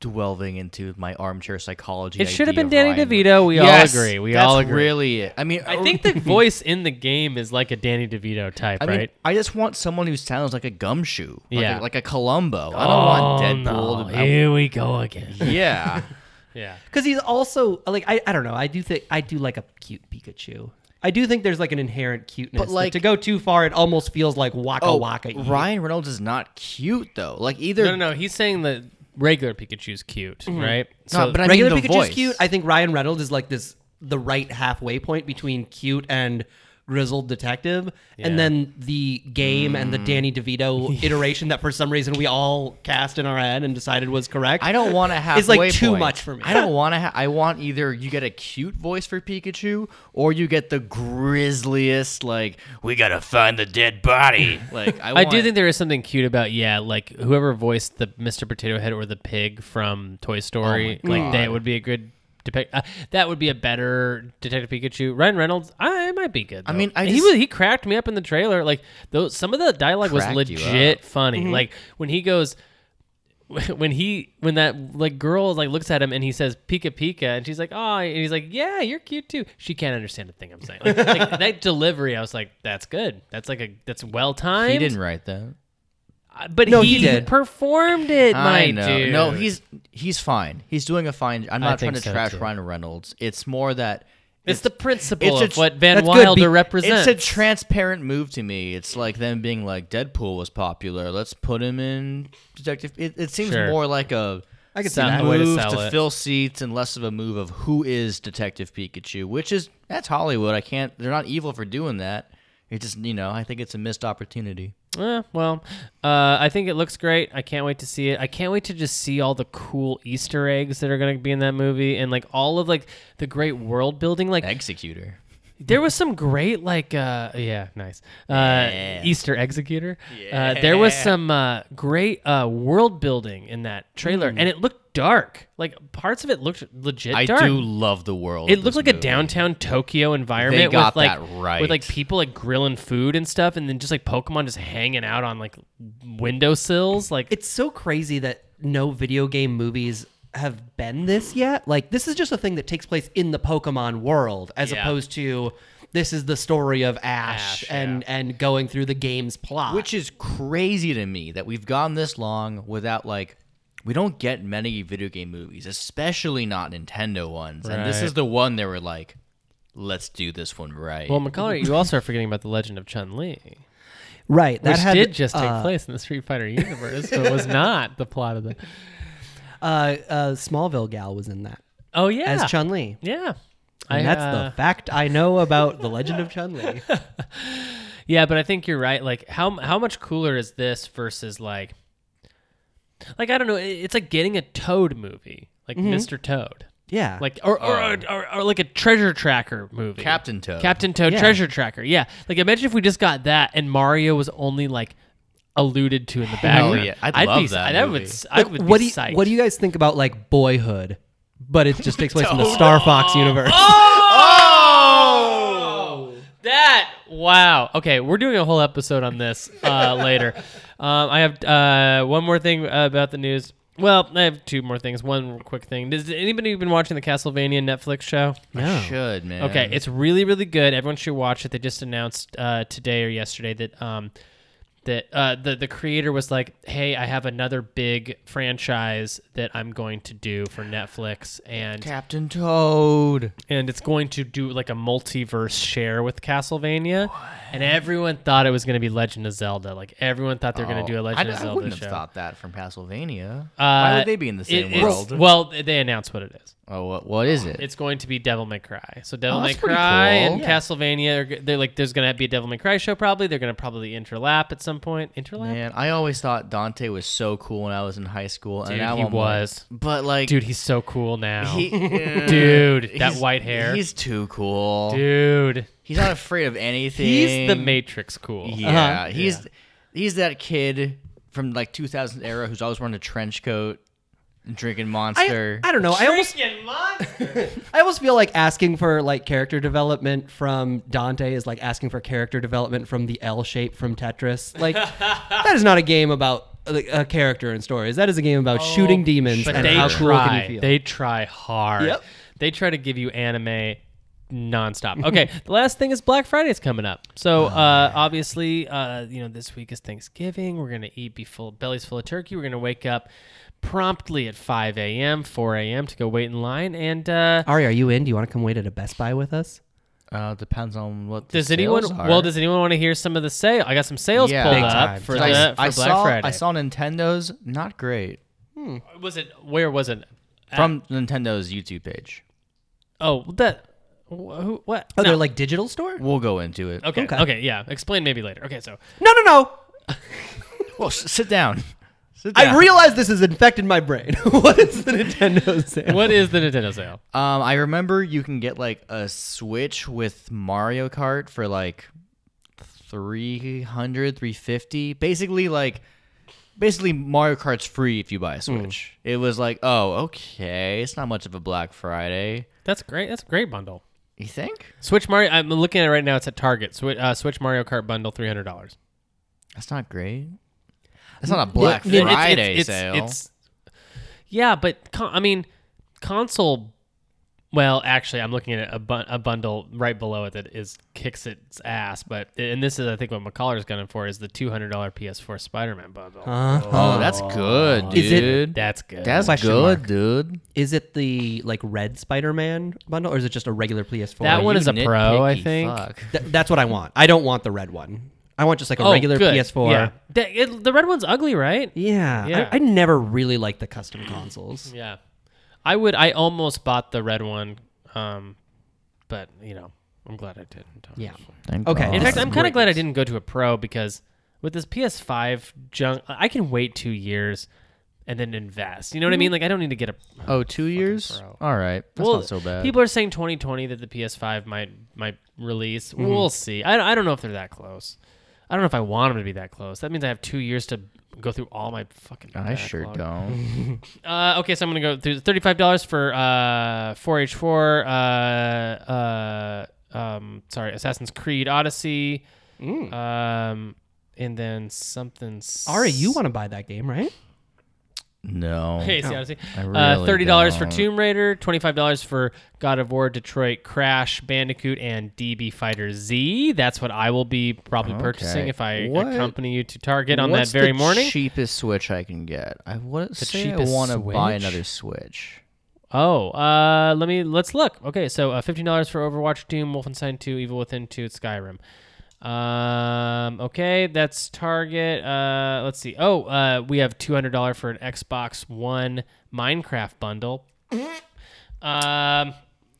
delving into my armchair psychology.
It should have
idea
been
of
Danny
Ryan.
DeVito. We all
Yes,
agree. We
that's
all agree.
Really, it. I mean,
I think
<laughs>
the voice in the game is like a Danny DeVito type,
I mean,
right?
I just want someone who sounds like a gumshoe, like
Yeah.
a, like a Columbo. I don't want
Oh,
Deadpool.
no.
To, I-
Here we go again. <laughs>
yeah,
Yeah.
Because he's also like I, I don't know I do think I do like a cute Pikachu. I do think there's like an inherent cuteness.
But,
that
like-
to go too far, it almost feels like waka waka.
Oh, Ryan Reynolds is not cute though. Like either
No, no, no. He's saying that regular Pikachu's cute, right?
Mm-hmm. No, but I mean
regular
the
Pikachu's
voice.
cute. I think Ryan Reynolds is like this the right halfway point between cute and grizzled detective,
Yeah.
and then the game and the
Mm.
Danny
<laughs>
DeVito iteration that for some reason we all cast in our head and decided was correct.
I don't want to have.
It's like too much for me.
I don't want to. Ha- I want either you get a cute voice for Pikachu, or you get the grisliest. Like we gotta find the
<laughs>
dead body. Like I,
I
want,
do think there is something cute about yeah, like whoever voiced the Mr. Potato Head or the pig from Toy Story,
Oh
like that would be a good depict. Uh, that would be a better Detective Pikachu. Ryan Reynolds, I it might be good.
I
though.
mean, I
he
just-
was he cracked me up in the trailer. Like those, some of the dialogue was
Cracked you up.
legit funny.
Mm-hmm.
Like when he goes. <laughs> When he when that like girl like looks at him and he says Pika Pika and she's like oh and he's like yeah you're cute too she can't understand a thing I'm saying like, like
<laughs>
that delivery I was like that's good that's like a that's well timed
he didn't write that.
uh, But
No,
he,
he did.
performed it, my
I know.
dude.
No, he's he's fine. He's doing a fine. I'm
I
not trying
think
to
so,
trash
too.
Ryan Reynolds. It's more that
it's the principle
it's a
of
tr-
what Van
that's good,
Wilder
be-
represents.
It's a transparent move to me. It's like them being like Deadpool was popular. Let's put him in Detective. It, it seems
Sure.
more like a
I could see
Some
that.
way to
move
sell it.
fill seats and less of a move of who is Detective Pikachu, which is that's Hollywood. I can't. They're not evil for doing that. It just you know I think it's a missed opportunity.
Eh, well, uh, I think it looks great. I can't wait to see it. I can't wait to just see all the cool Easter eggs that are going to be in that movie, and like all of like the great world building. Like
Executor.
there was some great like uh yeah nice uh easter executor uh, there was some uh great uh world building in that trailer and it looked dark like parts of it looked legit
Hmm. I
dark
do love the world.
It
of
looked
this
like a
movie.
downtown Tokyo environment
They
with
got
like
that right.
with like people like grilling food and stuff, and then just like Pokemon just hanging out on like windowsills. Like
It's so crazy that no video game movies have been this yet. Like this is just a thing that takes place in the Pokemon world as
Yeah.
opposed to this is the story of Ash,
Ash,
and and going through the game's plot.
Which is crazy to me that we've gone this long without like we don't get many video game movies, especially not Nintendo ones. And this is
Right.
the one they were like, let's do this one right.
well, Macaulay, you also are forgetting about the Legend of Chun Li, which
right that had,
did just take
uh,
place in the Street Fighter universe, but was not the plot of the.
Uh, uh, Smallville gal was in that
Oh yeah,
as Chun Li.
Yeah,
And that's
uh,
the fact I know about the Legend of Chun
<laughs>
Li.
Yeah, but I think you're right. Like how how much cooler is this versus like like I don't know, it- it's like getting a Toad movie, like
Mm-hmm.
Mr. Toad.
Yeah,
Like or or, or, or or like a treasure tracker movie.
Captain Toad.
Captain Toad
Yeah.
treasure tracker. Yeah. Like imagine if we just got that and Mario was only like alluded to in the background.
yeah. I'd
be,
love that
That
movie.
would s- I would
what do
be
you,
psyched.
what do you guys think about like Boyhood? But it just takes place in
<laughs>
the Star Fox universe.
That wow. Okay, we're doing a whole episode on this
<laughs>
uh, later. Um, I have uh, one more thing about the news. Well, I have two more things. One quick thing. Does anybody been watching the Castlevania Netflix show?
I should, man.
Okay, it's really really good. Everyone should watch it. They just announced uh, today or yesterday that um, that uh, the the creator was like, "Hey, I have another big franchise that I'm going to do for Netflix, and
Captain Toad.
and it's going to do like a multiverse share with Castlevania. And everyone thought it was going to be Legend of Zelda. Like everyone thought they were going to do a Legend
Oh, I,
of
I
Zelda
wouldn't
show.
have thought that from
Uh,
Castlevania. Why would they be in the
it-
same
it's-
world?
Well, they announced what it is.
oh, what, what is it?
It's going to be Devil May Cry. So Devil
Oh,
May
that's pretty
Cry
cool.
and
Yeah.
Castlevania are g- they're like there's going to be a Devil May Cry show probably. They're going to probably interlap at some point. Interlap.
Man, I always thought Dante was so cool when I was in high school,
Dude,
and now
he
I'm
was.
Like, but like,
Dude, he's so cool now. <laughs>
he,
Dude, that
he's-
white hair.
He's too cool.
Dude,
He's not afraid of anything.
he's the Uh-huh. Matrix cool.
Yeah, he's he's that kid from like 2000 era who's always wearing a trench coat, and drinking
I,
Monster.
I don't know. I almost <laughs> I almost feel like asking for like character development from Dante is
<laughs>
like asking for character development from the L shape from Tetris. Like that is not a game about a, a character in stories. That is a game about shooting demons
Oh, But
and
they
how cool
try.
can you feel.
They try hard.
Yep.
They try to give you anime nonstop.
<laughs>
Okay, the last thing is Black Friday is coming up. So
Ah.
uh, obviously, uh, you know, this week is Thanksgiving. We're gonna eat, be full, bellies full of turkey. We're gonna wake up promptly at 5 a.m., 4 a.m. to go wait in line. And uh,
Ari, are you in? Do you want to come wait at a Best Buy with us?
Uh, depends on what. The
does anyone?
sales are.
Well, does anyone want to hear some of the sale? I got some sales
Yeah.
pulled
Big
up
time.
for
I,
the for
I
Black
saw,
Friday.
I saw Nintendo's not great
Was it where was it?
from Nintendo's YouTube page.
Oh, that. wh- Who? What?
Oh,
No.
they're like digital store?
We'll go into it.
Okay, okay.
Okay.
Yeah. Explain maybe later. Okay. So
No, no, no.
Well, s-
<laughs>
sit down. Sit down.
I realize this has infected my brain. <laughs> what is the Nintendo sale?
what is the Nintendo sale?
Um, I remember you can get like a Switch with Mario Kart for like 300, 350. Basically, like, basically Mario Kart's free if you buy a Switch. It was like, oh, okay, it's not much of a Black Friday.
That's great. That's a great bundle.
You think?
Switch Mario. I'm looking at it right now. It's at Target. Switch, uh, Switch Mario Kart bundle, three hundred dollars.
That's not great. That's not a Black
It's- it's-
Friday
it's-
sale.
it's- yeah, but con- I mean, console. Well, actually, I'm looking at a, bun- a bundle right below it that is kicks its ass. But and this is, I think, what McCuller's gunning for is the two hundred dollar PS4 Spider-Man bundle.
oh, that's good, dude.
Is it-
That's good.
that's
Question
good,
mark.
dude.
Is it the like red Spider-Man bundle, or is it just a regular PS4?
That one
You
is a pro, I
nitpicky
think.
fuck.
Th- that's what I want. I don't want the red one. I want just like a
Oh,
regular
good.
PS4.
Yeah. The, it- the red one's ugly, right?
Yeah,
Yeah.
I, I never really liked the custom consoles.
Yeah. I would. I almost bought the red one, um, but you know, I'm glad I didn't.
Yeah.
Thank
Okay.
God.
In
This
fact,
is
I'm kind of
great
glad I
news.
didn't go to a pro because with this PS5 junk, I can wait two years and then invest. You know what I mean? Like I don't need to get a.
Oh, two years?
pro.
All right. That's
well,
not so bad.
People are saying 2020 that the PS5 might might release.
Mm-hmm.
We'll see. I, I don't know if they're that close. I don't know if I want them to be that close. That means I have two years to go through all my fucking.
I sure
backlog. <laughs>
don't.
Uh, okay, so I'm gonna go through thirty-five dollars for uh, 4H4. Uh, uh, um, sorry, Assassin's Creed Odyssey.
Mm.
Um, and then something.
Ari, you want to buy that game, right?
No.
Hey, see, Odyssey.
I
uh,
really
Thirty dollars for
don't.
Tomb Raider. Twenty-five dollars for God of War, Detroit, Crash, Bandicoot, and DB Fighter Z. That's what I will be probably purchasing
Okay.
if I
What-
accompany you to Target on
What's
that very
the
morning.
cheapest Switch I can get. I would say I
cheapest
want to buy
Switch?
another Switch.
Oh, uh, let me let's look. Okay, so uh, fifteen dollars for Overwatch, Doom, Wolfenstein Two, Evil Within Two, Skyrim. Um, okay, that's Target. Uh, let's see. Oh, uh, we have two hundred dollar for an Xbox One Minecraft bundle. Um,
Mm-hmm.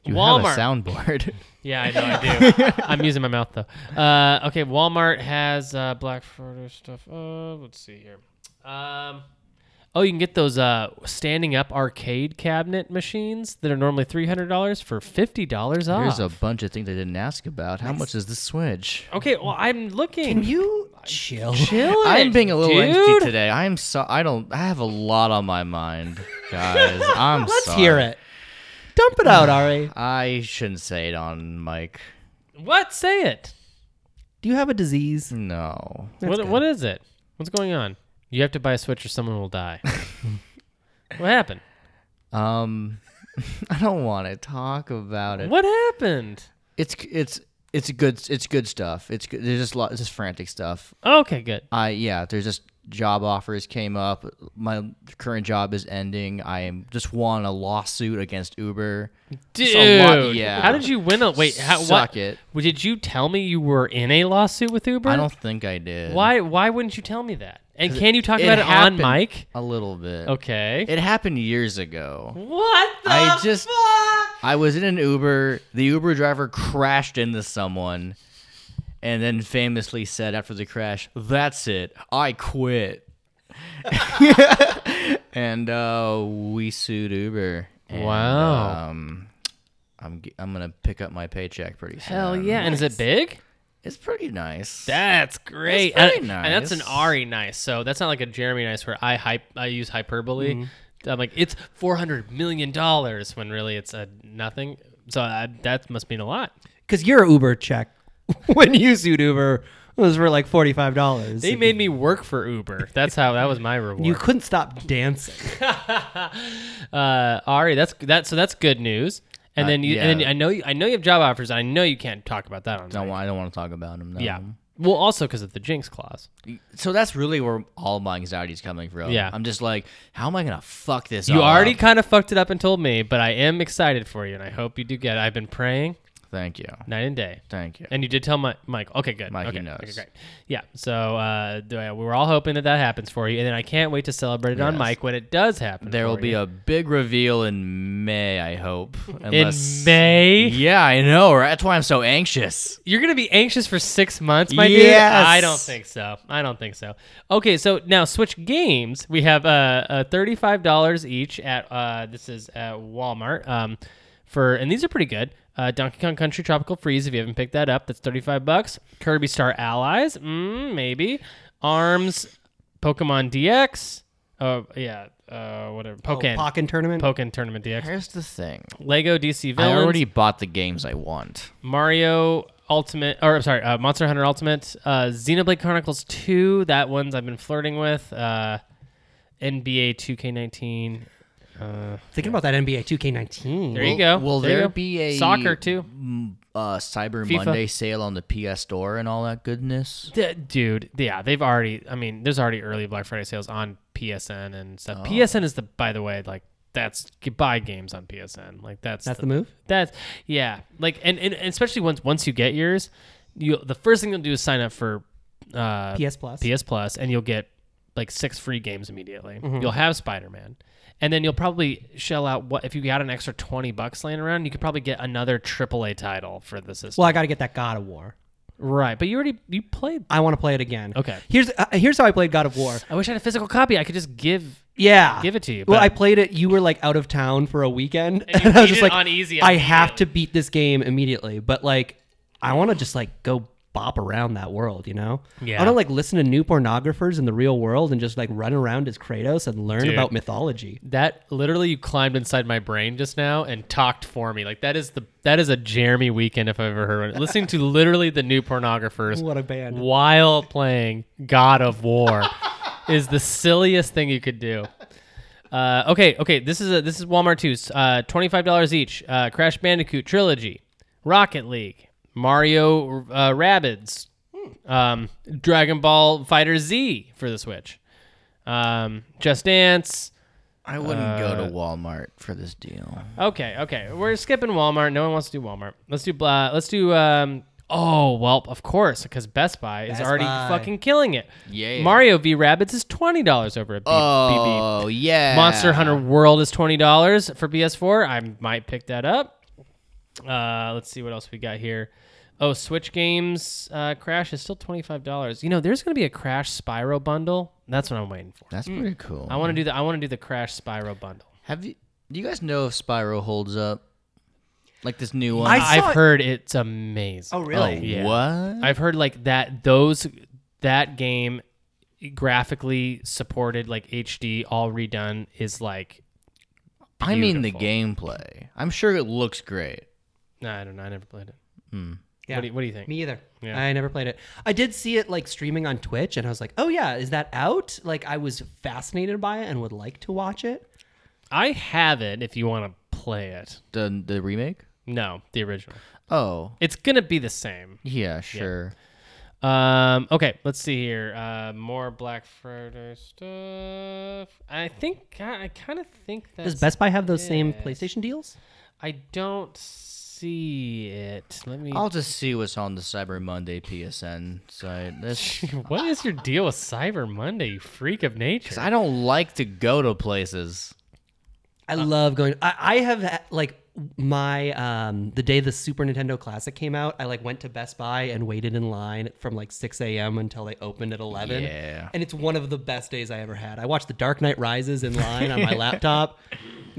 You
Walmart.
have
<laughs>
a soundboard.
Yeah, I know I do. I'm using my mouth though. Uh, okay, Walmart has uh, Black Friday stuff. Uh, let's see here. Um, oh, you can get those uh, standing up arcade cabinet machines that are normally three hundred dollars for fifty dollars off.
There's a bunch of things I didn't ask about. How much is the Switch?
okay, well I'm looking.
You chill.
Kill
I'm
it,
being a little
dude.
angsty today. I'm so I don't I have a lot on my mind,
<laughs>
guys. I'm
Let's
sorry.
hear it. Dump it out, Ari.
I shouldn't say it on mic.
What? Say it.
Do you have a disease?
No.
What, what is it? What's going on? You have to buy a switch or someone will die. what happened?
Um <laughs> I don't want to talk about it.
What happened?
It's it's it's good it's good stuff. It's good. There's just lot it's just frantic stuff.
Okay, good.
I yeah, there's just job offers came up. My current job is ending. I am just won a lawsuit against Uber.
Dude,
So what- yeah.
How did you win a wait? How,
Suck
what,
it.
Well, Did you tell me you were in a lawsuit with Uber?
I don't think I did.
Why? Why wouldn't you tell me that? And can you talk
it
about it on
happened.
mic?
A little bit.
Okay.
It happened years ago.
what the?
I just I was in an Uber. The Uber driver crashed into someone and then famously said after the crash, "That's it. I quit." <laughs> and uh, we sued Uber. And,
Wow.
Um, I'm g- I'm gonna pick up my paycheck pretty soon.
Hell yeah! And is it big?
It's pretty nice.
That's great.
That's
and,
very
and that's an
nice.
Ari nice. So that's not like a Jeremy nice where I hype. I use hyperbole.
Mm-hmm.
I'm like it's four hundred million dollars when really it's a nothing. So I, that must mean a lot.
<laughs> Because your Uber check when you sued Uber was for like forty five dollars.
They made me work for Uber. That's how that
<laughs>
was my reward.
You couldn't stop dancing.
uh, Ari, that's that. So that's good news. And
Uh,
then you, and then
yeah.
I know you, I know you have job offers. I know you can't talk about that on.
Don't
mic.
want, I don't want to talk about them. No.
Yeah. Well, also because of the jinx clause.
So that's really where all my anxiety is coming from.
Yeah.
I'm just like, how am I gonna fuck this?
You
all
already
up?
kind of fucked it up and told me, but I am excited for you, and I hope you do get. it. I've been praying
Thank you.
night and day.
Thank you.
And you did tell my, Mike. Okay, good.
Mike,
okay,
he knows.
Okay, great. Yeah. So uh, th- uh, we were all hoping that that happens for you, and then I can't wait to celebrate it on
Yes.
Mike when it does happen.
there will
for
be
you.
a big reveal in May, I hope.
in
Unless,
May.
Yeah, I know. Right? That's why I'm so anxious.
You're gonna be anxious for six months, my dude.
Yes.
I don't think so. I don't think so. Okay, so now switch games. We have uh, uh thirty-five dollars each at uh this is at Walmart. Um, for and these are pretty good. Uh, Donkey Kong Country Tropical Freeze. If you haven't picked that up, that's thirty-five bucks. Kirby Star Allies, mm, maybe. Arms, Pokemon DX. Oh yeah, uh whatever. Pokken.
Oh, Pokken tournament.
Pokken Tournament DX.
Here's the thing.
Lego DC
I
Villains.
already bought the games I want.
Mario Ultimate, or I'm sorry, uh, Monster Hunter Ultimate, uh, Xenoblade Chronicles 2. That one's I've been flirting with. Uh, NBA 2K19.
Thinking about that NBA 2K19.
There you
Will-
go.
Will
There you
there
go.
be a
Soccer, too.
m- Uh, Cyber
FIFA.
Monday sale on the PS Store and all that goodness.
D- dude, yeah, they've already. I mean, there's already early Black Friday sales on PSN and
Oh.
stuff. PSN is the, by the way, like that's you buy games on PSN. Like that's
That's the move?
That's yeah. Like and, and, and especially once once you get yours, you the first thing you'll do is sign up for uh,
PS Plus.
PS Plus, and you'll get like six free games immediately.
Mm-hmm.
You'll have Spider Man, and then you'll probably shell out what if you got an extra twenty bucks laying around, you could probably get another AAA title for the system.
Well, I got to get that God of War.
right, but you already you played.
I want to play it again.
Okay.
Here's uh, here's how I played God of War.
I wish I had a physical copy. I could just give.
Yeah.
Give it to you,
Well,
but-
I played it. You were like out of town for a weekend, <laughs> and,
you
I was
beat
just
it
like,
on easy
I have to beat this game immediately. But like, I want to just like go bop around that world, you know?
Yeah.
I want to like listen to new pornographers in the real world and just like run around as Kratos and learn
Dude.
about mythology.
That literally you climbed inside my brain just now and talked for me. Like that is the that is a Jeremy weekend if I've ever heard it. Listening to literally the new pornographers
What a band.
while playing God
<laughs>
of War is the silliest thing you could do. Uh, okay, okay, this is a, this is Walmart two's uh, twenty five dollars each. Uh, Crash Bandicoot trilogy, Rocket League, Mario uh, Rabbids, um, Dragon Ball Fighter Z for the Switch, um, Just Dance.
I wouldn't go to Walmart for this deal.
Okay, okay. We're skipping Walmart. No one wants to do Walmart. Let's do uh, let's do um oh well of course because Best Buy is
Best
already
Buy.
fucking killing it.
Yeah.
Mario v Rabbits is twenty dollars over at B- BB.
Oh yeah.
Monster Hunter World is twenty dollars for PS4. I might pick that up. Uh, let's see what else we got here. Oh, Switch games uh, Crash is still twenty five dollars. You know, there's gonna be a Crash Spyro bundle. That's what I'm waiting for.
That's pretty cool.
I want to do the I want to do the Crash Spyro bundle.
Have you? Do you guys know if Spyro holds up? Like this new one.
I
I've
saw it-
heard it's amazing.
oh, What?
I've heard like that those that game graphically supported like HD all redone is like
I mean the
beautiful.
gameplay. I'm sure it looks great.
nah, I don't know I never played it.
Yeah.
What, do you, what do you think?
Me either.
Yeah.
I never played it. I did see it like streaming on Twitch, and I was like, "Oh yeah, is that out?" Like I was fascinated by it and would like to watch it.
I have it if you want to play it.
The the remake.
No, the original.
Oh
It's gonna be the same.
yeah, sure.
Um, okay, let's see here. Uh, more Black Friday stuff. I think I, I kind of think that
Does Best Buy have those same PlayStation deals?
I don't see it. Let me.
I'll just see what's on the Cyber Monday PSN
<laughs>
site. That's
what is your deal with Cyber Monday, you freak of nature?
I don't like to go to places.
I love going. I, I have uh, like my um the day the Super Nintendo Classic came out, I like went to Best Buy and waited in line from like 6 a.m. until they opened at 11.
Yeah.
and it's one of the best days I ever had. I watched The Dark Knight Rises in line <laughs> on my laptop,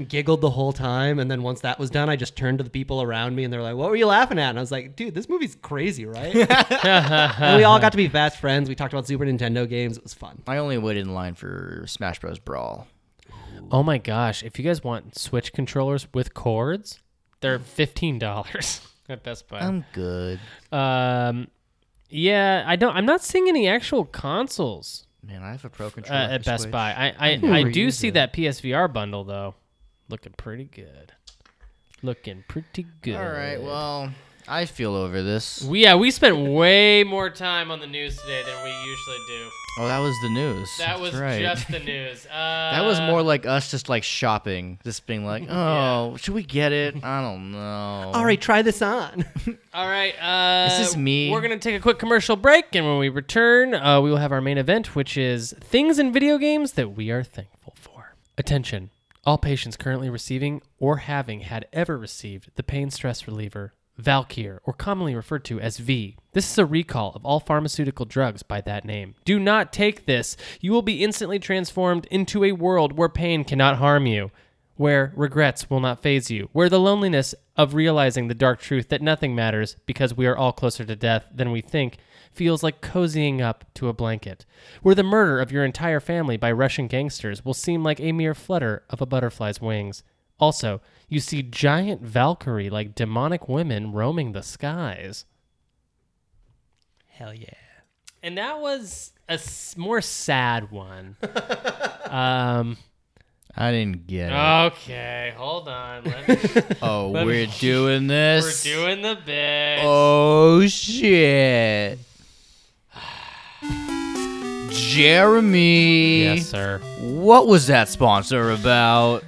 giggled the whole time, and then once that was done, I just turned to the people around me and they're like, "What were you laughing at?" And I was like, "Dude, this movie's crazy, <laughs> right?" and we all got to be fast friends. We talked about Super Nintendo games. It was fun.
I only waited in line for Smash Bros. Brawl.
Oh my gosh! If you guys want Switch controllers with cords, <laughs>
Um,
they're fifteen dollars at Best Buy.
I'm good.
Um, Yeah, I don't. I'm not seeing any actual consoles
Man, I have a pro
uh,
controller
at Best Buy. I
never
I, I do
use
see
it.
that PSVR bundle though, looking pretty good. Looking pretty good.
All right. Well, I feel over this.
We, yeah, we spent way more time on the news today than we usually do.
Oh, that was the news.
That was
That's right.
just the news. Uh,
That was more like us just like shopping, just
<laughs>
being like, "Oh, should we get it? I don't know."
All right, try this on.
All right. Uh,
This is me.
We're going to take a quick commercial break, and when we return, uh, we will have our main event, which is things in video games that we are thankful for. Attention. All patients currently receiving or having had ever received the pain stress reliever Valkyr, or commonly referred to as V. This is a recall of all pharmaceutical drugs by that name. Do not take this. You will be instantly transformed into a world where pain cannot harm you where regrets will not phase you, where the loneliness of realizing the dark truth that nothing matters because we are all closer to death than we think feels like cozying up to a blanket, where the murder of your entire family by Russian gangsters will seem like a mere flutter of a butterfly's wings. Also, you see giant Valkyrie like demonic women roaming the skies.
Hell yeah.
And that was a s- more sad one. um,
I didn't get it.
<laughs> okay, hold on. Oh, Let me,
Oh, we're doing
we're
this.
doing the bit.
Oh shit. Jeremy.
Yes, sir.
What was that sponsor about?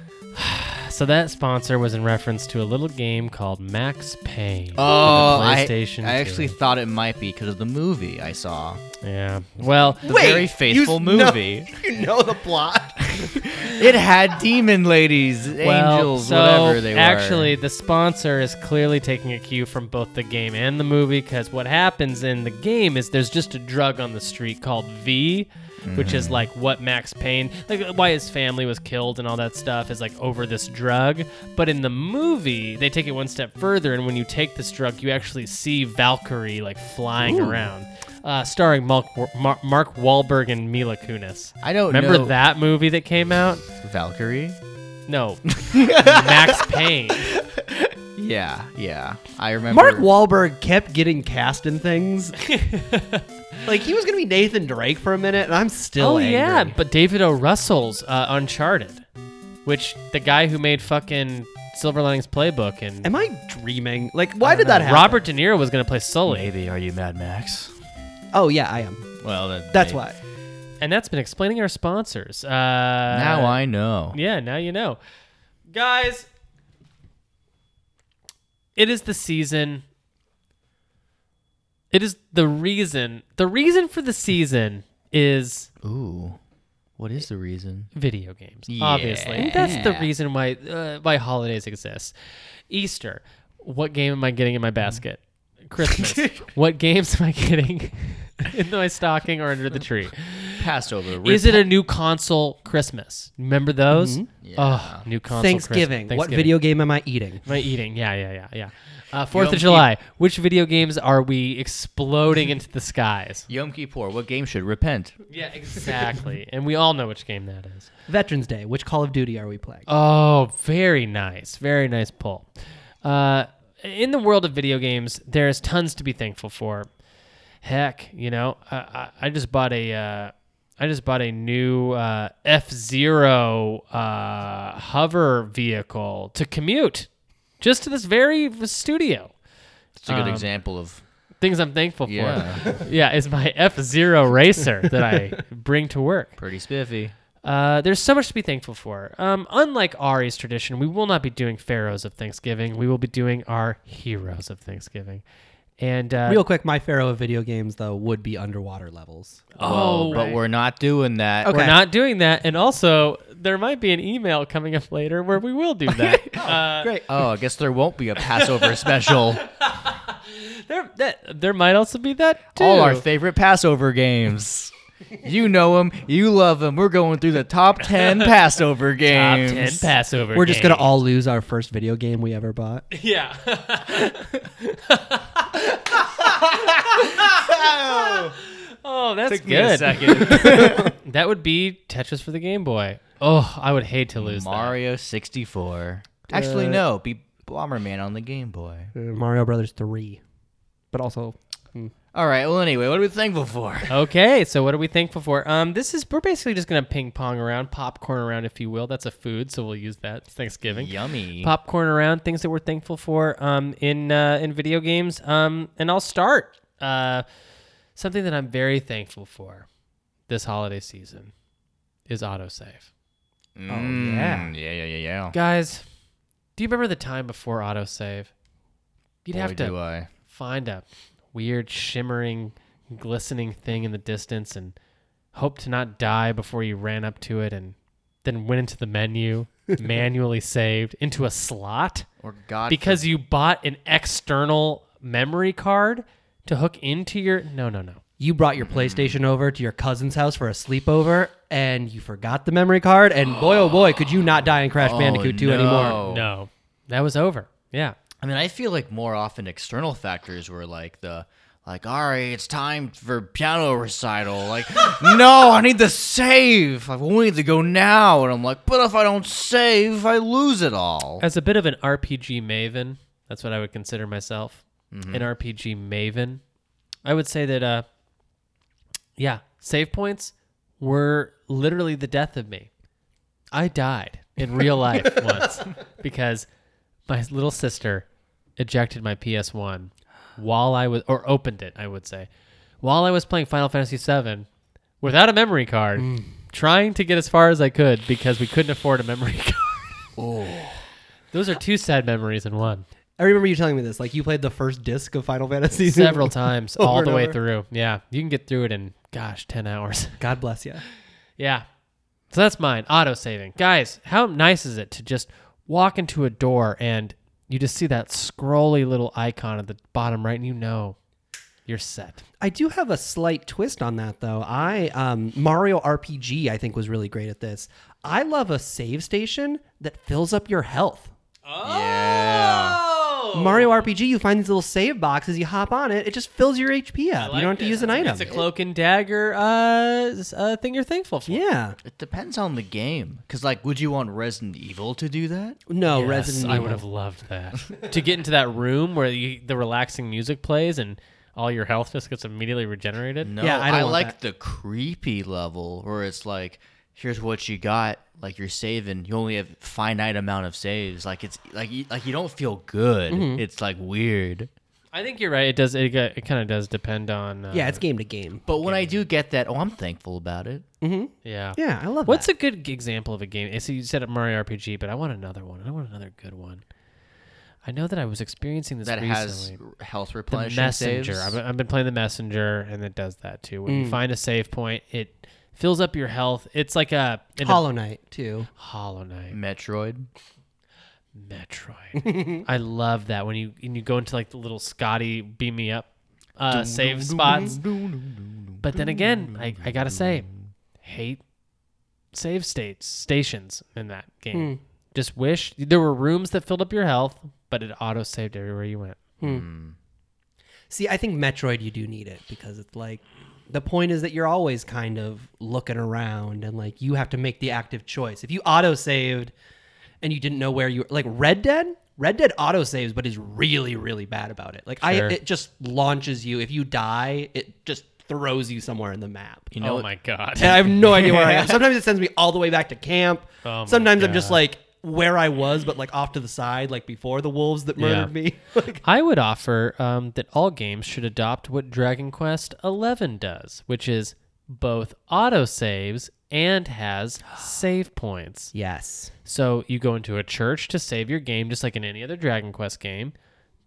So that sponsor was in reference to a little game called Max Payne. for the
Oh, I,
PlayStation
I actually
2.
thought it might be because of the movie I saw.
yeah. Well,
The very faithful movie.
<laughs> you know the plot.
<laughs> It had demon ladies,
well,
angels,
so
whatever they were.
actually, the sponsor is clearly taking a cue from both the game and the movie because what happens in the game is there's just a drug on the street called V. Which
Mm.
is like what Max Payne, like uh, why his family was killed and all that stuff is like over this drug. But in the movie, they take it one step further, and when you take this drug, you actually see Valkyrie like flying around, uh, starring Mark, Mar- Mark Wahlberg and Mila Kunis.
I don't
Remember
know.
that movie that came out?
Valkyrie.
<laughs> No, Max Payne.
Yeah, yeah. I remember.
Mark Wahlberg kept getting cast in things.
<laughs>
like he was gonna be Nathan Drake for a minute, and I'm still.
oh
angry.
yeah, but David O. Russell's uh, Uncharted, which the guy who made fucking Silver Linings Playbook and uh,
Am I dreaming? Like, why did that happen?
Robert De Niro was gonna play Sully,
Maybe are you Mad Max?
Oh yeah, I am.
Well, that,
That's
they-
why.
and that's been explaining our sponsors. Uh,
Now
now
I know.
yeah, now you know, guys. It is the season. It is the reason. The reason for the season is
Ooh, what is the reason?
video games. Obviously, And that's the reason why uh, why holidays exist. Easter, what game am I getting in my basket?
<laughs>
Christmas, what games am I getting <laughs> in my stocking or under the tree?
Passed over.
Is it a new console Christmas? Remember those? Oh, new console. Christmas.
Mm-hmm. Thanksgiving. What video game am I eating?
Am I eating? Yeah, yeah, yeah, yeah. Uh, Fourth of July. Which video games are we exploding into the
<laughs>
skies?
Yom Kippur? What game should repent?
Yeah, exactly. and we all know which game that is.
Veterans Day. Which Call of Duty are we playing?
Oh, very nice. Very nice pull. Uh, in the world of video games, there's tons to be thankful for. Heck, you know, I, I, I just bought a. Uh, I just bought a new uh, F Zero uh, hover vehicle to commute just to this very studio.
It's a good
Um,
example of.
Things I'm thankful
<laughs> Yeah.
for. <laughs> yeah, is my F Zero racer that I bring to work.
Pretty spiffy.
Uh, there's so much to be thankful for. Um, unlike Ari's tradition, we will not be doing pharaohs of Thanksgiving. We will be doing our heroes of Thanksgiving. And uh,
Real quick, my pharaoh of video games though would be underwater levels.
oh,
But
right.
we're not doing that.
we're not doing that. And also, there might be an email coming up later where we will do
<laughs>
that. uh,
Great. Oh, I guess there won't be a <laughs> Passover special.
there, that, there might also be that too.
All our favorite Passover games. You know them. You love them. We're going through the <laughs> top 10 Passover
top
games.
ten Passover.
We're just gonna
games.
all lose our first video game we ever bought. <laughs>
<laughs> Yeah. oh, that's
me a
good. <laughs> that would be Tetris for the Game Boy. Oh, I would hate to lose that.
Mario 64. Actually, no. Be Bomberman on the Game Boy.
Mario Brothers three, but also
All right. Well, anyway, what are we thankful for?
Okay, so what are we thankful for? Um, this is we're basically just gonna ping pong around, popcorn around, if you will. That's a food, so we'll use that. It's Thanksgiving.
Yummy.
Popcorn around, things that we're thankful for um, in uh, in video games. Um, and I'll start uh, something that I'm very thankful for this holiday season is autosave.
Mm, yeah. Yeah. Yeah. Yeah.
Guys, do you remember the time before autosave? You'd
Boy,
have to
do I.
find a weird shimmering glistening thing in the distance and hope to not die before you ran up to it and then went into the
<laughs>
menu manually saved into a slot
Or God.
because you bought an external memory card to hook into your no no no
You brought your PlayStation over to your cousin's house for a sleepover, and you forgot the memory card. And boy, oh boy, could you not die in Crash
Oh,
Bandicoot 2 anymore?
no. Oh.
no that was over yeah
I mean, I feel like more often external factors were like the like, all right, it's time for piano
<laughs>
recital. Like, no, I need to save. Like, we need to go now. And I'm like, but if I don't save, I lose it all.
as a bit of an RPG maven, that's what I would consider myself, an RPG maven. I would say that, uh, yeah, save points were literally the death of me. I died in real life once because my little sister ejected my PS1 while I was, or opened it, I would say, while I was playing Final Fantasy VII without a memory card, trying to get as far as I could because we couldn't afford a memory <laughs> card. Those are two sad memories in <laughs> one.
I remember you telling me this. Like, you played the first disc of Final Fantasy <laughs>
Several <laughs> times, all
Over
the
and
way
over.
through. Yeah, you can get through it in gosh, ten hours. <laughs>
God bless you.
yeah, so that's mine. Auto saving, guys. How nice is it to just walk into a door and you just see that scrolly little icon at the bottom right, and you know you're set.
I do have a slight twist on that though. I um, Mario RPG I think was really great at this. I love a save station that fills up your health.
Yeah.
Oh!
Mario RPG, you find these little save boxes, you hop on it, it just fills your HP up. you don't have to use an item.
It's a cloak and dagger uh, s- uh thing you're thankful for.
yeah.
It depends on the game. Because, like, would you want Resident Evil to do that?
No,
Yes,
Resident
I
Evil.
would have loved <laughs> that. to get into that room where you, the relaxing music plays and all your health just gets immediately regenerated.
No,
Yeah, I don't want
like the creepy level where it's like, here's what you got. Like you're saving, you only have finite amount of saves. Like it's like you, like you don't feel good.
Mm-hmm.
It's like weird.
I think you're right. It does. It, g- it kind of does depend on. Uh,
Yeah, it's game to game.
But when I do get that, oh, I'm thankful about it.
Yeah.
Yeah, I love
What's
that.
a good g- example of a game? So you said Mario RPG, but I want another one. I want another good one. I know that I was experiencing this
That has
recently.
r- health
the
replenishment
messenger.
saves.
I've, I've been playing the messenger, and it does that too.
Mm.
When you find a save point, it fills up your health. It's like a in a-
Hollow Knight too.
Hollow Knight.
Metroid.
<laughs> Metroid. I love that when you and you go into like the little Scotty beam me up uh, save spots. But then again, I, I gotta say, hate save states stations in that game. Just wish there were rooms that filled up your health, but it auto saved everywhere you went.
See, I think Metroid you do need it because it's like the point is that you're always kind of looking around and like you have to make the active choice. If you auto saved and you didn't know where you were, like Red Dead, Red Dead auto saves but is really really bad about it. Like
Sure.
I it just launches you if you die, it just throws you somewhere in the map.
You know,
oh my god!
And I have no idea where I am. Sometimes it sends me all the way back to camp.
Oh my
Sometimes I'm just
God.
like where I was but like off to the side like before the wolves that
Yeah.
murdered me. <laughs> like
<laughs> I would offer um, that all games should adopt what Dragon Quest XI does, which is both auto saves and <gasps> has save points.
yes.
So you go into a church to save your game, just like in any other Dragon Quest game,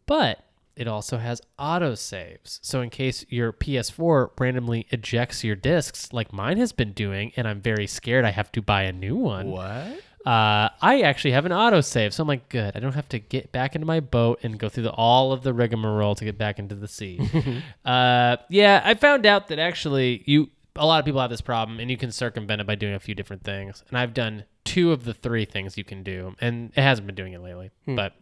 but it also has auto saves. So in case your PS4 randomly ejects your discs, like mine has been doing, and I'm very scared I have to buy a new one.
what?
Uh, I actually have an auto save, so I'm like, good. I don't have to get back into my boat and go through the, all of the rigmarole to get back into the sea.
<laughs>
uh, yeah, I found out that actually you a lot of people have this problem, and you can circumvent it by doing a few different things. And I've done two of the three things you can do, and it hasn't been doing it lately.
Hmm.
But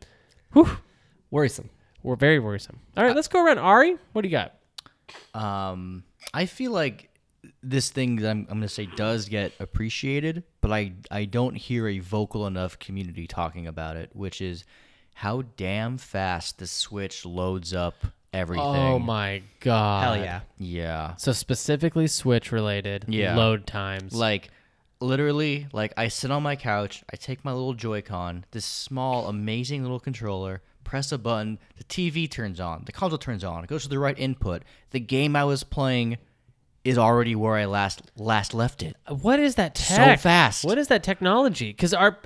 Worrisome.
we're very worrisome. All
Uh,
right, let's go around. Ari, what do you got?
Um, I feel like this thing that I'm, I'm gonna say does get appreciated, but I I don't hear a vocal enough community talking about it, which is how damn fast the Switch loads up everything.
Oh my god.
Hell yeah.
Yeah.
So specifically Switch related
Yeah.
load times.
Like literally, like I sit on my couch, I take my little Joy-Con, this small, amazing little controller, press a button, the TV turns on, the console turns on, it goes to the right input. The game I was playing is already where I last last left it.
what is that
So
tech?
fast.
What is that technology? Because our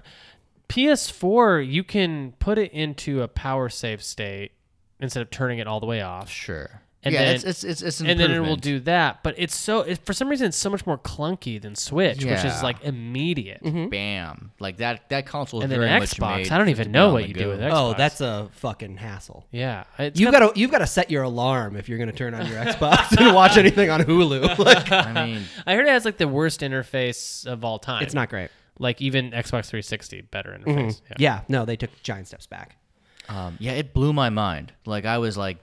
PS4, you can put it into a power save state instead of turning it all the way off.
Sure.
And
yeah,
then-
it's it's it's, it's an
and then it will
improvement.
do that. But it's so it, for some reason it's so much more clunky than Switch, which
Yeah.
is like immediate.
bam. Like that that console is
And then
very much
Xbox,
made
I don't
for
even
to be
know
on
what
the
you do
go.
with Xbox.
Oh, that's a fucking hassle.
yeah. It's
You've
got-
got to you've got to set your alarm if you're going to turn on your Xbox and watch anything on Hulu. <laughs> Like,
I mean,
I heard it has like the worst interface of all time.
it's not great.
like even Xbox 360 better interface.
Mm-hmm.
Yeah.
Yeah, no, they took giant steps back.
Um, yeah, it blew my mind. Like I was like,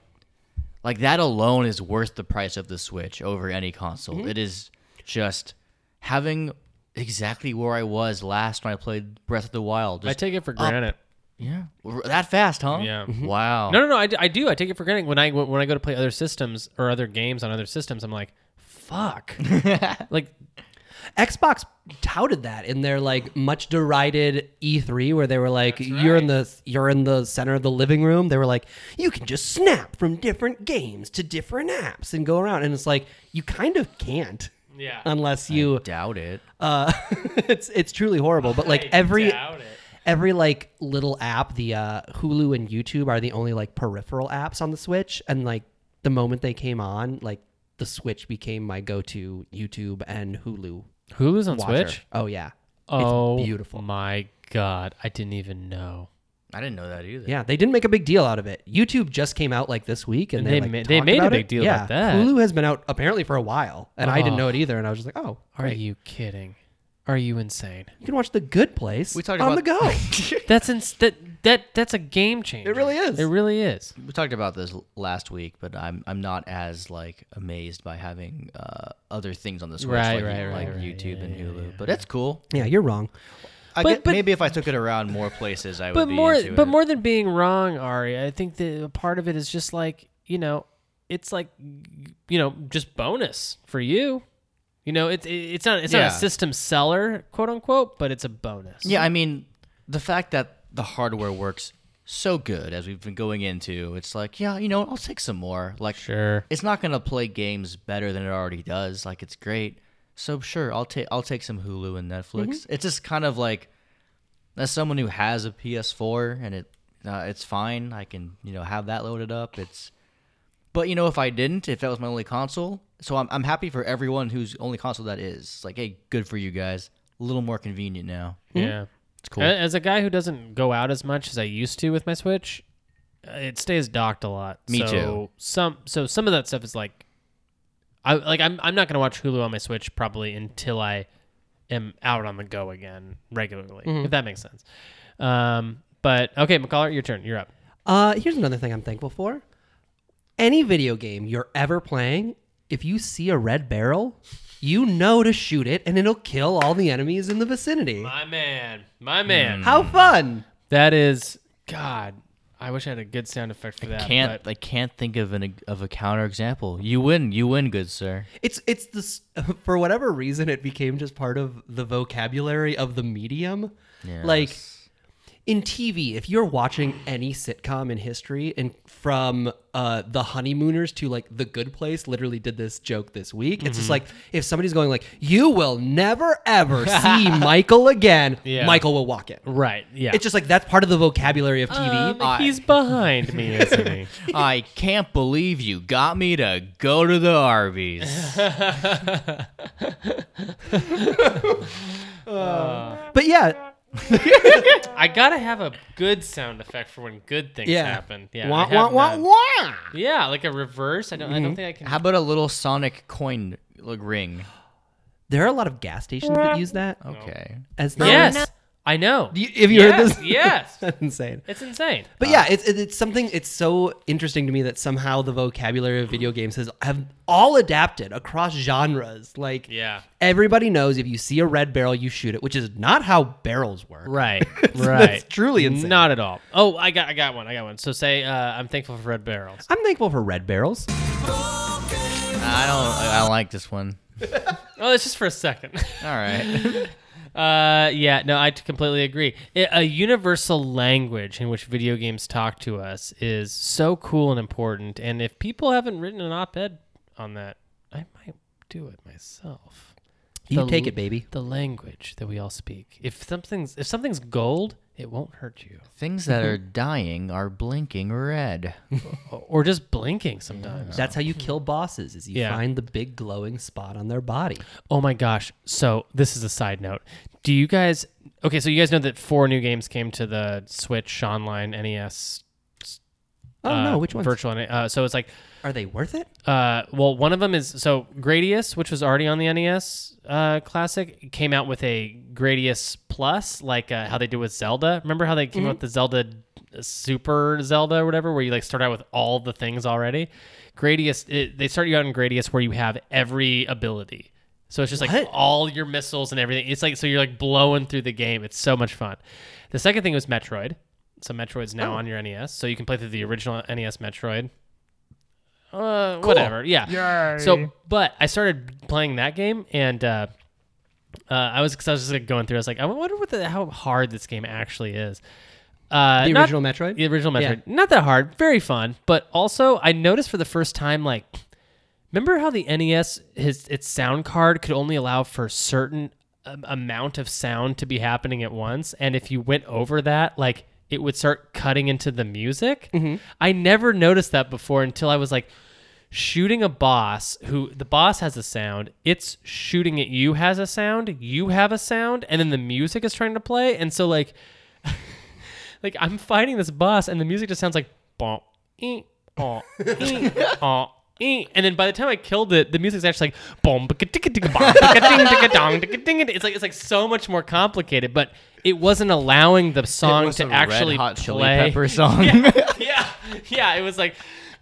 like that alone is worth the price of the Switch over any console.
Mm-hmm.
It is just having exactly where I was last when I played Breath of the Wild.
I
Just,
take it for granted.
yeah, r- that fast, huh?
Yeah.
Wow.
No, no, no. I, d- I do. I take it for granted when I when I go to play other systems or other games on other systems. I'm like,
<laughs>
fuck. like
Xbox touted that in their like much derided E3 where they were like you're in the you're in the center of the living room they were like you can just snap from different games to different apps and go around and it's like you kind of can't
Yeah.
Um,
unless you
Doubt it.
uh <laughs> it's it's truly horrible but like
I
every
doubt it.
every like little app the uh hulu and youtube are the only like peripheral apps on the switch and like the moment they came on like the switch became my go-to youtube and hulu
Hulu's on
watcher.
Switch.
oh yeah
Oh,
beautiful.
My God, I didn't even know.
I didn't know that either.
yeah they didn't make a big deal out of it youtube just came out like this week and,
And
they
they
like,
ma- they
talked
made a
about
big
it.
deal
yeah.
about that. Uh-huh.
hulu has been out apparently for a while and i didn't know it either and i was just like oh
Are you kidding? Are you insane?
you can watch the good place
We talked
on the
about
go
<laughs> That's ins- that that that's a game changer.
It really is.
It really is.
We talked about this l- last week, but I'm I'm not as like amazed by having uh, other things on the Switch
Right,
like,
right, right,
like
right.
YouTube and Hulu. But it's cool.
yeah you're wrong
I
But-
get,
but-
maybe if I took it around more places, I would.
but
be
more
into
but
it.
more than being wrong ari i think that a part of it is just like you know it's like you know just bonus for you you know it's it's not it's
Yeah.
not a system seller quote unquote but it's a bonus
Yeah, I mean, the fact that the hardware works so good as we've been going into, it's like, yeah, you know, what, I'll take some more. Like,
sure
it's not gonna play games better than it already does. Like, it's great. So sure, I'll take I'll take some Hulu and Netflix. It's just kind of like, as someone who has a PS4 and it, uh, it's fine. I can you know have that loaded up. It's, but you know, if I didn't, if that was my only console, so I'm I'm happy for everyone whose only console that is. It's like, hey, good for you guys. A little more convenient now.
yeah
It's cool.
Hmm? A- as a guy who doesn't go out as much as i used to with my switch uh, it stays docked a lot
Me
so
too.
some so some of that stuff is like i like i'm, I'm not going to watch hulu on my switch probably until i am out on the go again regularly
Mm-hmm.
if that makes sense Um, but okay, McCullough, your turn. You're up.
Uh, here's another thing I'm thankful for. Any video game you're ever playing, if you see a red barrel, you know to shoot it and it'll kill all the enemies in the vicinity.
My man, my man.
Hmm.
How fun!
That is God. I wish I had a good sound effect for that.
can't
but
I can't think of an of a counter example. You win, you win, good sir.
It's it's this <laughs> for whatever reason it became just part of the vocabulary of the medium. <laughs> Like in TV, if you're watching any sitcom in history, and from uh, The Honeymooners to like The Good Place, literally did this joke this week. It's
Mm-hmm.
just like if somebody's going like, "You will never
<laughs>
ever see Michael again,"
Yeah.
Michael will walk it.
right. Yeah.
It's just like that's part of the vocabulary of TV.
Um, he's behind me, isn't
<laughs>
he?
I can't believe you got me to go to the Arby's.
But yeah,
I gotta have a good sound effect for when good things
yeah,
happen. Yeah. I
Wah,
have
wah, wah,
none.
wah.
Yeah, like a reverse. I don't. I don't think I can.
How about a little Sonic coin like, ring?
There are a lot of gas stations that use that
Okay.
as their
yes. I know.
Do you- have you heard
Yes,
this?
Yes.
That's <laughs> insane.
It's insane.
But yeah, it's it- it's something. It's so interesting to me that somehow the vocabulary of video games has have all adapted across genres. Like,
Yeah.
everybody knows if you see a red barrel, you shoot it, which is not how barrels work.
<laughs> Right. right.
truly insane.
Not at all. Oh, I got I got one. I got one. So say uh, I'm thankful for red barrels.
I'm thankful for red barrels.
I don't. I don't like this one.
Oh, it's just for a second. <laughs>
All right.
Uh, yeah, no, I t- completely agree. I- A universal language in which video games talk to us is so cool and important. And if people haven't written an op-ed on that, I might do it myself.
You
The
take
l-
it, baby.
The language that we all speak. If something's if something's gold, it won't hurt you.
Things that are dying are blinking red.
O- Or just blinking sometimes.
That's how you kill bosses. Is you
Oh. Hmm. Yeah.
find the big glowing spot on their body.
Oh my gosh. So, this is a side note. Do you guys Okay, so you guys know that four new games came to the Switch Online NES
Oh
uh,
no, which one?
virtual uh, so it's like
Are they worth it?
uh, well, one of them is so Gradius, which was already on the NES uh, classic, came out with a Gradius Plus, like uh, how they did with Zelda. Remember how they came out with the Zelda uh, Super Zelda or whatever, where you like start out with all the things already. Gradius, it, they start you out in Gradius where you have every ability. So it's just like
What?
all your missiles and everything. It's like so you're like blowing through the game. It's so much fun. The second thing was Metroid. So Metroid's now on your NES, so you can play through the original NES Metroid. Uh, whatever. Yeah. So, but I started playing that game, and uh, uh, I was cause I was just like going through. I was like, I wonder what the, how hard this game actually is. Uh,
The
not-
original Metroid?
The original Metroid. Not that hard. Very fun, but also I noticed for the first time, like, remember how the NES his its sound card could only allow for certain um, amount of sound to be happening at once, and if you went over that, like. It would start cutting into the music. I never noticed that before until I was like, shooting a boss who the boss has a sound it's shooting at you has a sound you have a sound and then the music is trying to play and so like <laughs> like i'm fighting this boss and the music just sounds like bom, ee, aw, ee,
<laughs>
aw, ee. and then by the time i killed it the music's actually like bom, bika, tika, tika, bom, bika, ding, tika, dong, tika, ding. it's like it's like so much more complicated but it wasn't allowing the song to actually
Red Hot Chili
play <laughs>
Pepper song.
yeah, yeah. It was like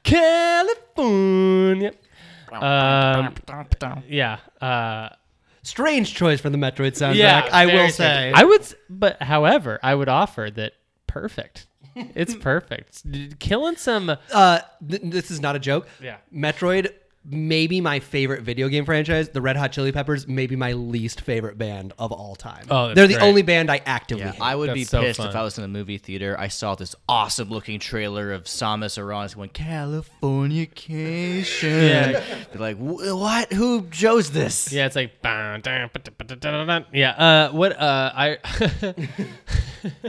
California. Um, yeah, uh,
Strange choice for the Metroid soundtrack.
yeah.
I
very
will
good.
say.
I would, s- but however, I would offer that perfect.
<laughs>
It's perfect. It's d- Killing some.
uh, th- this is not a joke.
Yeah.
Metroid, maybe my favorite video game franchise. The Red Hot Chili Peppers, maybe my least favorite band of all time.
Oh, that's
they're the
great.
only band I actively hate.
<laughs> I would
That's
be
so
pissed if
fun.
I was in a movie theater. I saw this awesome looking trailer of Samus Aran going Californication.
Yeah.
Be like, "Wh- what? Who chose this?
Yeah, it's like. "Bah, dah, ba, da, ba, da, da, da, da." Yeah. Uh, what? Uh, I. <laughs>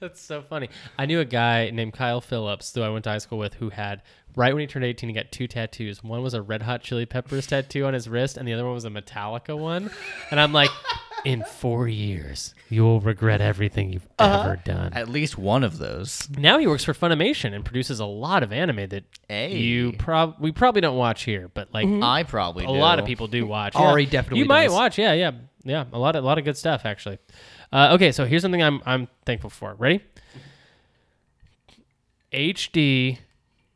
That's so funny. I knew a guy named Kyle Phillips, who I went to high school with, who had right when he turned eighteen, he got two tattoos. One was a Red Hot Chili Peppers tattoo on his wrist, and the other one was a Metallica one. And I'm like, in four years, you will regret everything you've ever done.
At least one of those.
now he works for Funimation and produces a lot of anime that
Hey. Mm-hmm.
you prob we probably don't watch here, but like
I probably
a lot of people do watch.
Oh,
Yeah.
he definitely
You might
does.
watch. Yeah, yeah, yeah. A lot, of, a lot of good stuff actually. Uh, okay, so here's something I'm I'm thankful for. Ready? HD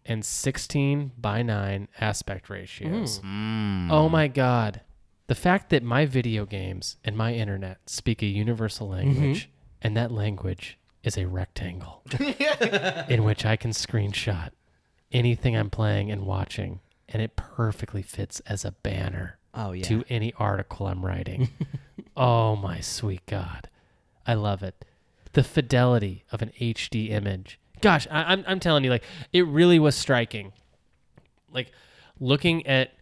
and 16 by 9 aspect ratios. Oh my god. The fact that my video games and my internet speak a universal
Mm-hmm.
language and that language is a rectangle in which I can screenshot anything I'm playing and watching, and it perfectly fits as a banner
Oh, yeah.
to any article
<laughs>
I'm writing. oh my sweet God, I love it. The fidelity of an HD image. Gosh, I, I'm I'm telling you, like it really was striking. Like looking at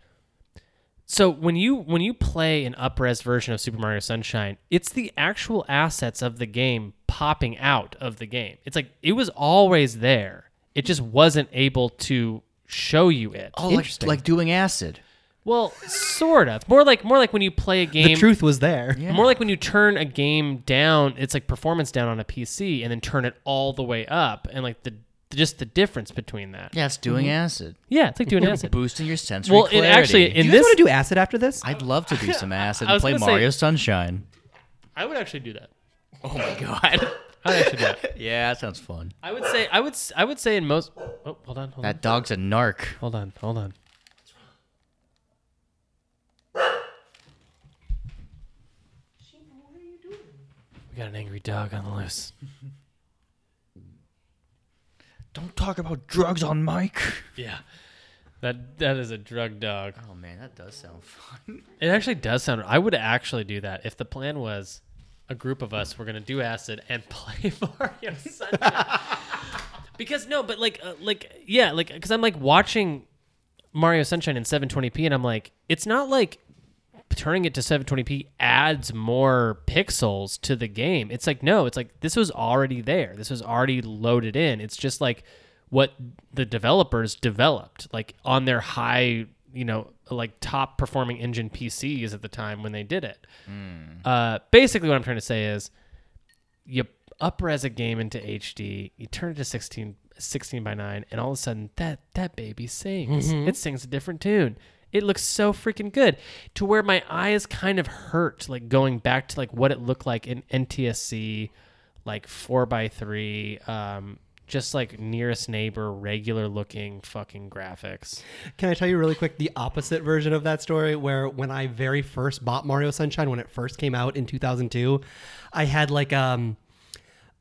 so when you when you play an upres version of Super Mario Sunshine, it's the actual assets of the game popping out of the game. It's like it was always there. It just wasn't able to show you it.
Oh, like, like doing acid.
Well, sort of. More like more like when you play a
the
game.
truth was there.
More like when you turn a game down, it's like performance down on a PC, and then turn it all the way up, and like the just the difference between that.
Yeah, it's doing acid.
Yeah, it's like
<laughs>
doing acid.
Boosting your sensory
Mm-hmm. Well, it
clarity.
actually
Do
in
you guys
this,
want to do acid after this?
<laughs>
I'd love to do some acid
I
and
was
play
gonna say-
Mario Sunshine.
I would actually do that.
Oh my god.
<laughs> I'd actually do it.
yeah, that sounds fun.
I would say I would s- I would say in most. Oh, hold on, hold on,
That dog's a narc.
hold on, hold on. We got an angry dog on the loose.
Don't talk about drugs on mic.
Yeah, that that is a drug dog.
Oh man, that does sound <laughs> fun.
It actually does sound. I would actually do that if the plan was a group of us were gonna do acid and <laughs> play Mario Sunshine. <laughs> because no, but like, uh, like yeah, like because I'm like watching Mario Sunshine in 720p, and I'm like, it's not like turning it to 720p adds more pixels to the game. It's like no, it's like this was already there. This was already loaded in. It's just like what the developers developed like on their high, you know, like top performing engine PCs at the time when they did it. Uh, basically, what I'm trying to say is you upres a game into HD, you turn it to 16, 16 by 9, and all of a sudden that that baby sings. It sings a different tune. It looks so freaking good to where my eyes kind of hurt, like going back to like what it looked like in NTSC, like four by three, um, just like nearest neighbor, regular looking fucking graphics.
Can I tell you really quick the opposite version of that story? Where when I very first bought Mario Sunshine when it first came out in 2002, I had like um,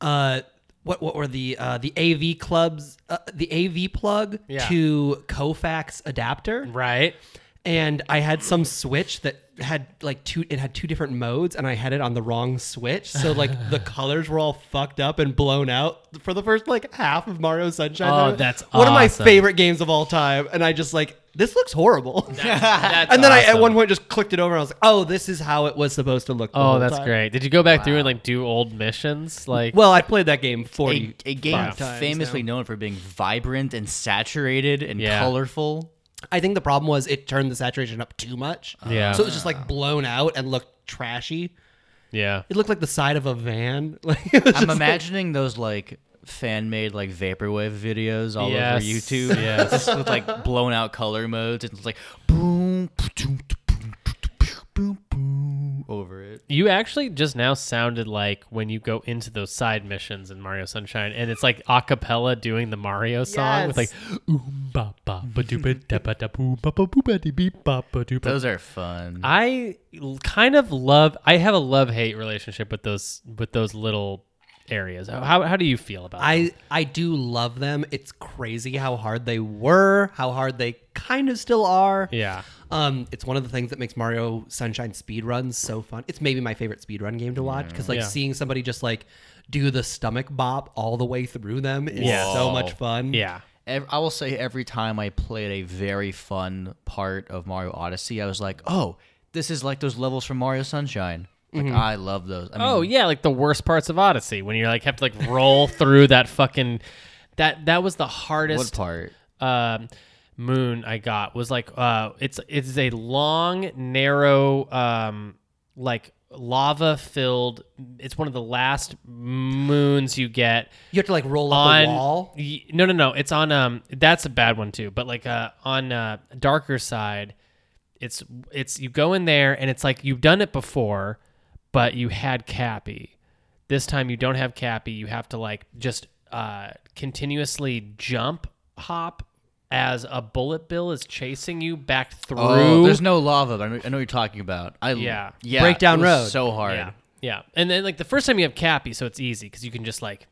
uh, what what were the uh, the AV clubs uh, the AV plug
Yeah.
to Kofax adapter, <laughs>
Right.
and I had some switch that had like two it had two different modes and I had it on the wrong switch so like
<sighs>
the colors were all fucked up and blown out for the first like half of Mario Sunshine
Oh,
One
that's
of my
awesome.
favorite games of all time and I just like this looks horrible and then I at one point just clicked it over and I was like oh this is how it was supposed to look the
Oh,
whole
that's
time.
great. Did you go back through and like do old missions? Like,
well I played that game
A,
40
a game
times now.
famously known for being vibrant and saturated and
Yeah.
colorful.
I think the problem was it turned the saturation up too much
Yeah.
so it was just like blown out and looked trashy
yeah.
it looked like the side of a van <laughs> like
<laughs>
it was
I'm
just-
imagining those like fan made like vaporwave videos all
Yes.
over YouTube.
Yes.
Just with like blown out color modes and it's like boom boom boom boom boom over it.
You actually just now sounded like when you go into those side missions in Mario Sunshine, and it's like a cappella doing the Mario song with like
Yes.
oom ba ba ba doo ba da ba da boo ba ba boo ba dee beep ba ba doo ba.
Those are fun.
I l- kind of love. I have a love hate relationship with those with those little areas. How how do you feel about? them?
I I do love them. It's crazy how hard they were, how hard they kind of still are.
Yeah.
Um, it's one of the things that makes Mario Sunshine speedruns so fun. It's maybe my favorite speedrun game to watch because like
Yeah.
seeing somebody just like do the stomach bop all the way through them is
Yes.
so much fun.
Yeah.
Ev- I will say every time I played a very fun part of Mario Odyssey, I was like, oh, this is like those levels from Mario Sunshine. Like I love those. I mean,
Mm-hmm. Oh yeah, like the worst parts of Odyssey when you like have to like roll through that fucking. That that was the
what
hardest
part?
um, moon I got was like uh, it's it's a long, narrow, um, like lava filled. It's one of the last moons you get
You have to like roll up
on.
a wall.
Y- no, no, no. It's on. Um, that's a bad one too. But like uh, on uh, darker side, it's it's you go in there and it's like you've done it before, but you had Cappy. This time you don't have Cappy. You have to like just uh, continuously jump hop as a bullet bill is chasing you back through.
Oh, there's no lava. But I know, I know what you're talking about. I
Yeah.
yeah.
Breakdown
it was
Road.
So hard.
yeah, yeah. And then like the first time you have Cappy, so it's easy because you can just like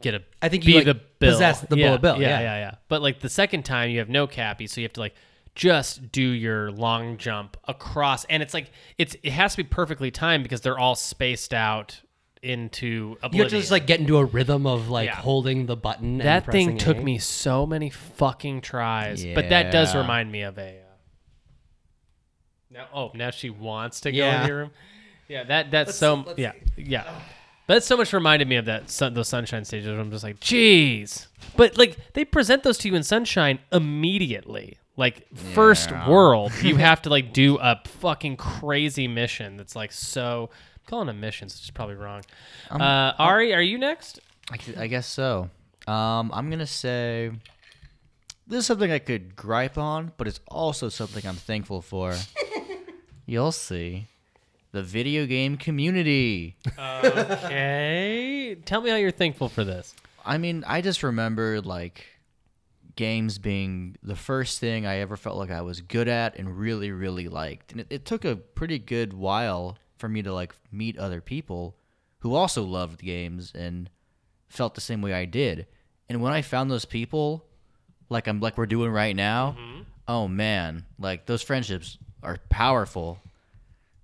get a.
I think
be
you, like,
the bill.
possess the
yeah,
bullet bill,
Yeah,
yeah.
yeah, yeah. But like the second time, you have no Cappy, so you have to like just do your long jump across, and it's like it's it has to be perfectly timed because they're all spaced out into oblivion.
You have to just like get into a rhythm of like
Yeah.
holding the button. and
that thing
pressing
took
A.
me so many fucking tries, but that does
Yeah.
remind me of a. Uh, now, oh, now she wants to go
Yeah.
in your room. Yeah, that that's so yeah yeah. That so much reminded me of that sun, those sunshine stages. Where I'm just like, jeez. But like they present those to you in sunshine immediately. Like first world, you have
<laughs>
to like do a fucking crazy mission that's like so. I'm calling them missions, which is probably wrong.
Um,
uh, Ari, are you next?
I, gu- I guess so. Um, I'm gonna say this is something I could gripe on, but it's also something I'm thankful for. You'll see. the video game community.
Okay. Tell me how you're thankful for this.
I mean, I just remember like games being the first thing I ever felt like I was good at and really, really liked. And it, it took a pretty good while for me to like meet other people who also loved games and felt the same way I did. And when I found those people, like I'm like we're doing right now, oh man, like those friendships are powerful.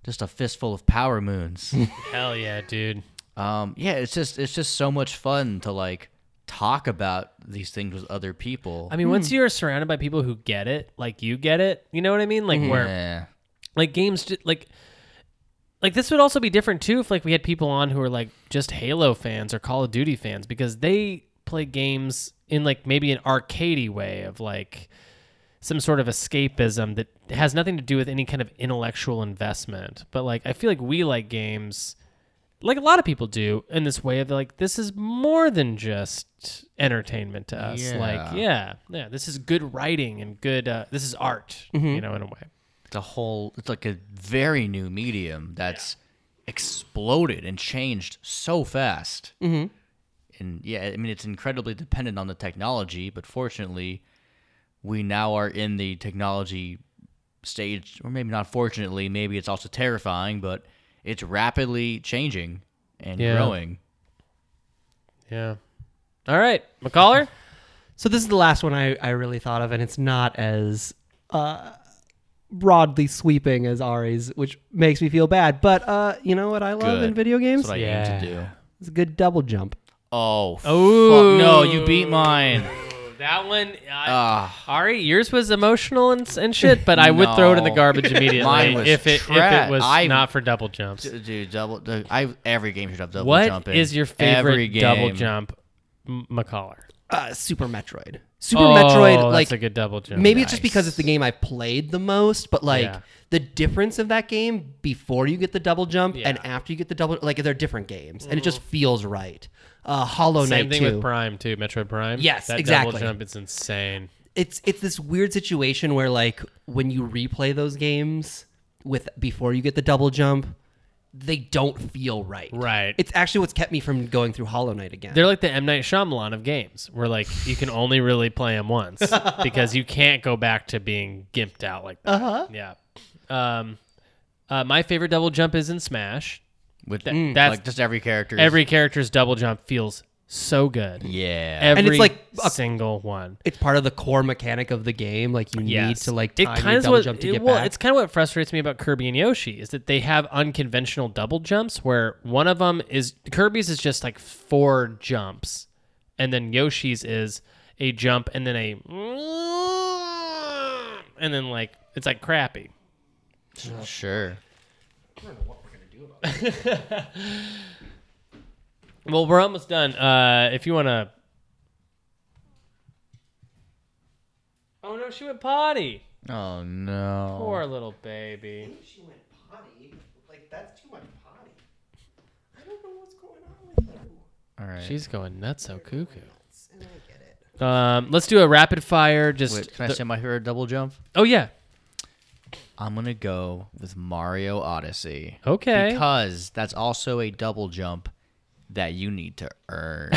Just a fistful of power moons.
Hell yeah, dude.
Um, yeah, it's just it's just so much fun to like talk about these things with other people.
I mean, once you're surrounded by people who get it, like you get it, you know what I mean? Like where
yeah,
like games ju- like like this would also be different too if like we had people on who are like just Halo fans or Call of Duty fans because they play games in like maybe an arcadey way of like some sort of escapism that has nothing to do with any kind of intellectual investment. But like I feel like we like games like a lot of people do in this way of like this is more than just entertainment to us. Like yeah, yeah, this is good writing and good uh, this is art, you know, in a way.
it's a whole it's like a very new medium that's exploded and changed so fast. Mm-hmm. And yeah, I mean it's incredibly dependent on the technology, but fortunately, we now are in the technology stage, or maybe not fortunately, maybe it's also terrifying, but it's rapidly changing and
Yeah.
growing.
Yeah. All right, McCaller.
So this is the last one I, I really thought of, and it's not as uh, broadly sweeping as Ari's, which makes me feel bad. But uh, you know what I love
Good.
in video games?
That's what I aim to do.
it's a good double jump.
Oh, oh no, you beat mine.
That one,
<laughs> Ah,
Ari, yours was emotional and, and shit, but I would throw it in the
No. <laughs>
garbage immediately
Mine was
if, it, if it
trash.
was
I-
not for double jumps.
d- dude, double. d- I every game should have double
What is
jumping.
your
Every
favorite
game.
double jump, M- McCaller?
Uh, Super Metroid. Super
oh,
Metroid,
that's
like
a good double jump.
maybe it's just because it's the game I played the most, but like
Yeah.
the difference of that game before you get the double jump and
Yeah.
after you get the double, like they're different games, and it just feels right. Uh, Hollow Knight
same thing
2.
with Prime too, Metroid Prime.
Yes,
that
exactly.
Double jump, it's insane.
it's it's this weird situation where like when you replay those games with before you get the double jump, they don't feel right.
Right.
It's actually what's kept me from going through Hollow Knight again.
They're like the M Night Shyamalan of games, where like you can only really play
<laughs>
them once because you can't go back to being gimped out like that. Uh-huh. Yeah. Um, uh, my favorite double jump is in Smash.
with
that's-
like just every character. is-
Every character's double jump feels so good.
yeah.
Every
And it's like a-
single one.
it's part of the core mechanic of the game. Like you need
Yes.
to like time
kinda
your
is
double
what-
jump to
it-
get
well,
back.
It's kind of what frustrates me about Kirby and Yoshi is that they have unconventional double jumps where one of them is Kirby's is just like four jumps, and then Yoshi's is a jump and then a and then like it's like crappy.
Sure.
Well, we're almost done. Uh, if you want to. Oh no, she went potty.
Oh no.
Poor little baby.
she went potty. Like that's too much potty. I don't know what's going on with her.
All right.
She's going nuts, so cuckoo. Um, let's do a rapid fire. Just
Wait, can I
the-
say my favorite double jump?
oh yeah,
I'm gonna go with Mario Odyssey.
okay.
Because that's also a double jump that you need to
<laughs>
earn.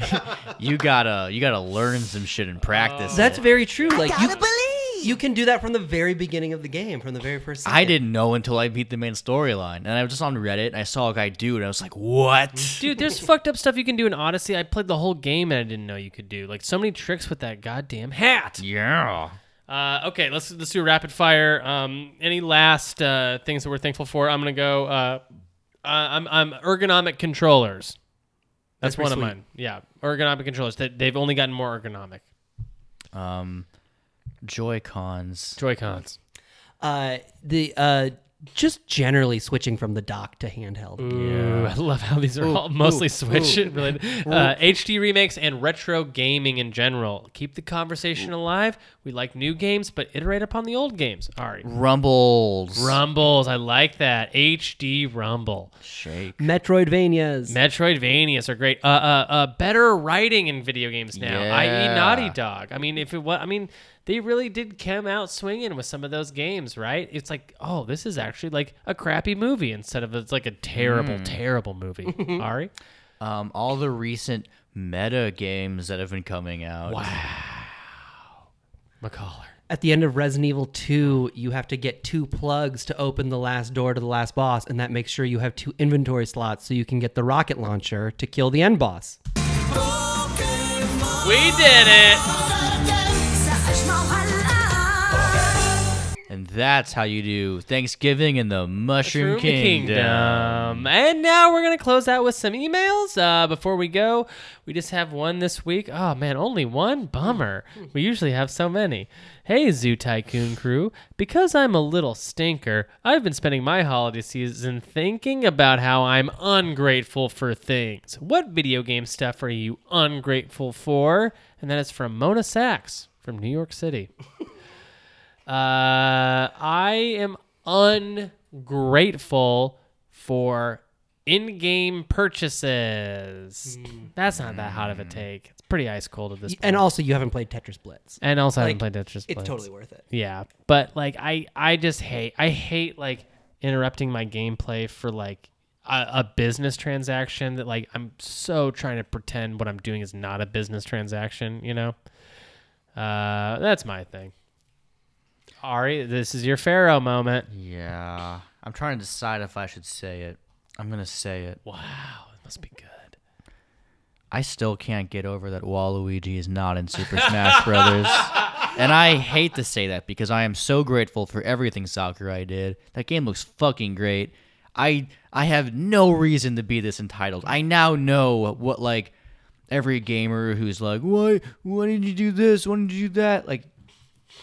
<laughs> you gotta you gotta learn some shit and practice.
That's
it.
very true. Like you,
Oh. Gotta believe.
you can do that from the very beginning of the game, from the very first.
I
second.
didn't know until I beat the main storyline, and I was just on Reddit and I saw a guy do it. And I was like, "What?"
Dude, there's fucked up stuff you can do in Odyssey. I played the whole game and I didn't know you could do like so many tricks with that goddamn hat.
Yeah.
Uh, okay, let's let's do rapid fire. Um, any last uh, things that we're thankful for? I'm gonna go. Uh, uh, I'm I'm ergonomic controllers. That's,
That's
one
pretty
of
sweet.
mine. Yeah, ergonomic controllers. They, they've only gotten more ergonomic.
Um, Joy Cons.
Joy Cons.
Uh, the uh, just generally switching from the dock to handheld.
Mm. Ooh, I love how these are all mostly Switch related. Uh, HD remakes and retro gaming in general. Keep the conversation alive. We like new games, but iterate upon the old games. All right.
Rumbles.
Rumbles. I like that. HD Rumble.
Shake.
Metroidvanias.
Metroidvanias are great. Uh, uh, uh, better writing in video games now. I.e.
Yeah.
Naughty Dog. I mean, if it was, I mean, they really did come out swinging with some of those games, right? It's like, oh, this is actually like a crappy movie instead of it's like a terrible, terrible <laughs> movie. Ari,
Um, all the recent meta games that have been coming out.
McCollar.
At the end of Resident Evil 2, you have to get two plugs to open the last door to the last boss, and that makes sure you have two inventory slots so you can get the rocket launcher to kill the end boss.
We did it.
And that's how you do Thanksgiving in the Mushroom, Kingdom.
Um, And now we're going to close out with some emails. Uh, before we go, we just have one this week. Oh, man, only one? Bummer. We usually have so many. Hey, Zoo Tycoon crew. Because I'm a little stinker, I've been spending my holiday season thinking about how I'm ungrateful for things. What video game stuff are you ungrateful for? And that is from Mona Sachs from New York City. Uh, I am ungrateful for in-game purchases. That's not that hot of a take. It's pretty ice cold at this point.
Mm. And also, you haven't played Tetris Blitz.
and also, I
like,
haven't played Tetris.
It's
Blitz.
totally worth it.
Yeah, but like I, I just hate. I hate like interrupting my gameplay for like a, a business transaction that like I'm so trying to pretend what I'm doing is not a business transaction. You know, uh, that's my thing. Ari, this is your Pharaoh moment.
Yeah. I'm trying to decide if I should say it. I'm going to say it.
Wow, it must be good.
I still can't get over that Waluigi is not in Super Smash Brothers. And I hate to say that because I am so grateful for everything Sakurai did. That game looks fucking great. I I have no reason to be this entitled. I now know what like every gamer who's like, why why did you do this? Why did you do that? Like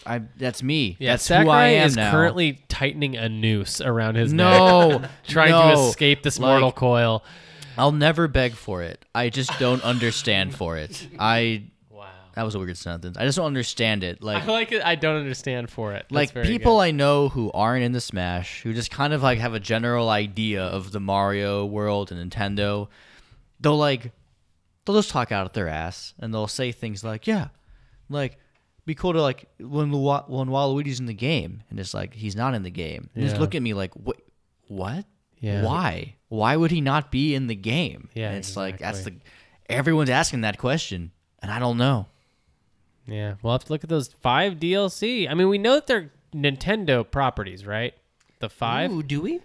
I that's me. that's who I
Sakurai
am
is
now.
currently tightening a noose around his neck, <laughs>
no
trying to
no.
escape this
Like,
mortal coil.
I'll never beg for it. I just don't understand for it. I
Wow.
that was a weird sentence. I just don't understand it. Like
I like it. I don't understand for it. That's
like
very
people
good.
I know who aren't in the Smash, who just kind of like have a general idea of the Mario world and Nintendo, they'll like they'll just talk out of their ass and they'll say things like, "Yeah, like be cool to like when Lu- when Waluigi's in the game," and it's like he's not in the game. And
Yeah.
just look at me like, "What? What?
Yeah.
Why? Why would he not be in the game?"
Yeah,
and it's like that's the
exactly.
everyone's asking that question, and I don't know.
Yeah, we'll have to look at those five DLC. I mean, we know that they're Nintendo properties, right? The five.
Ooh, do we?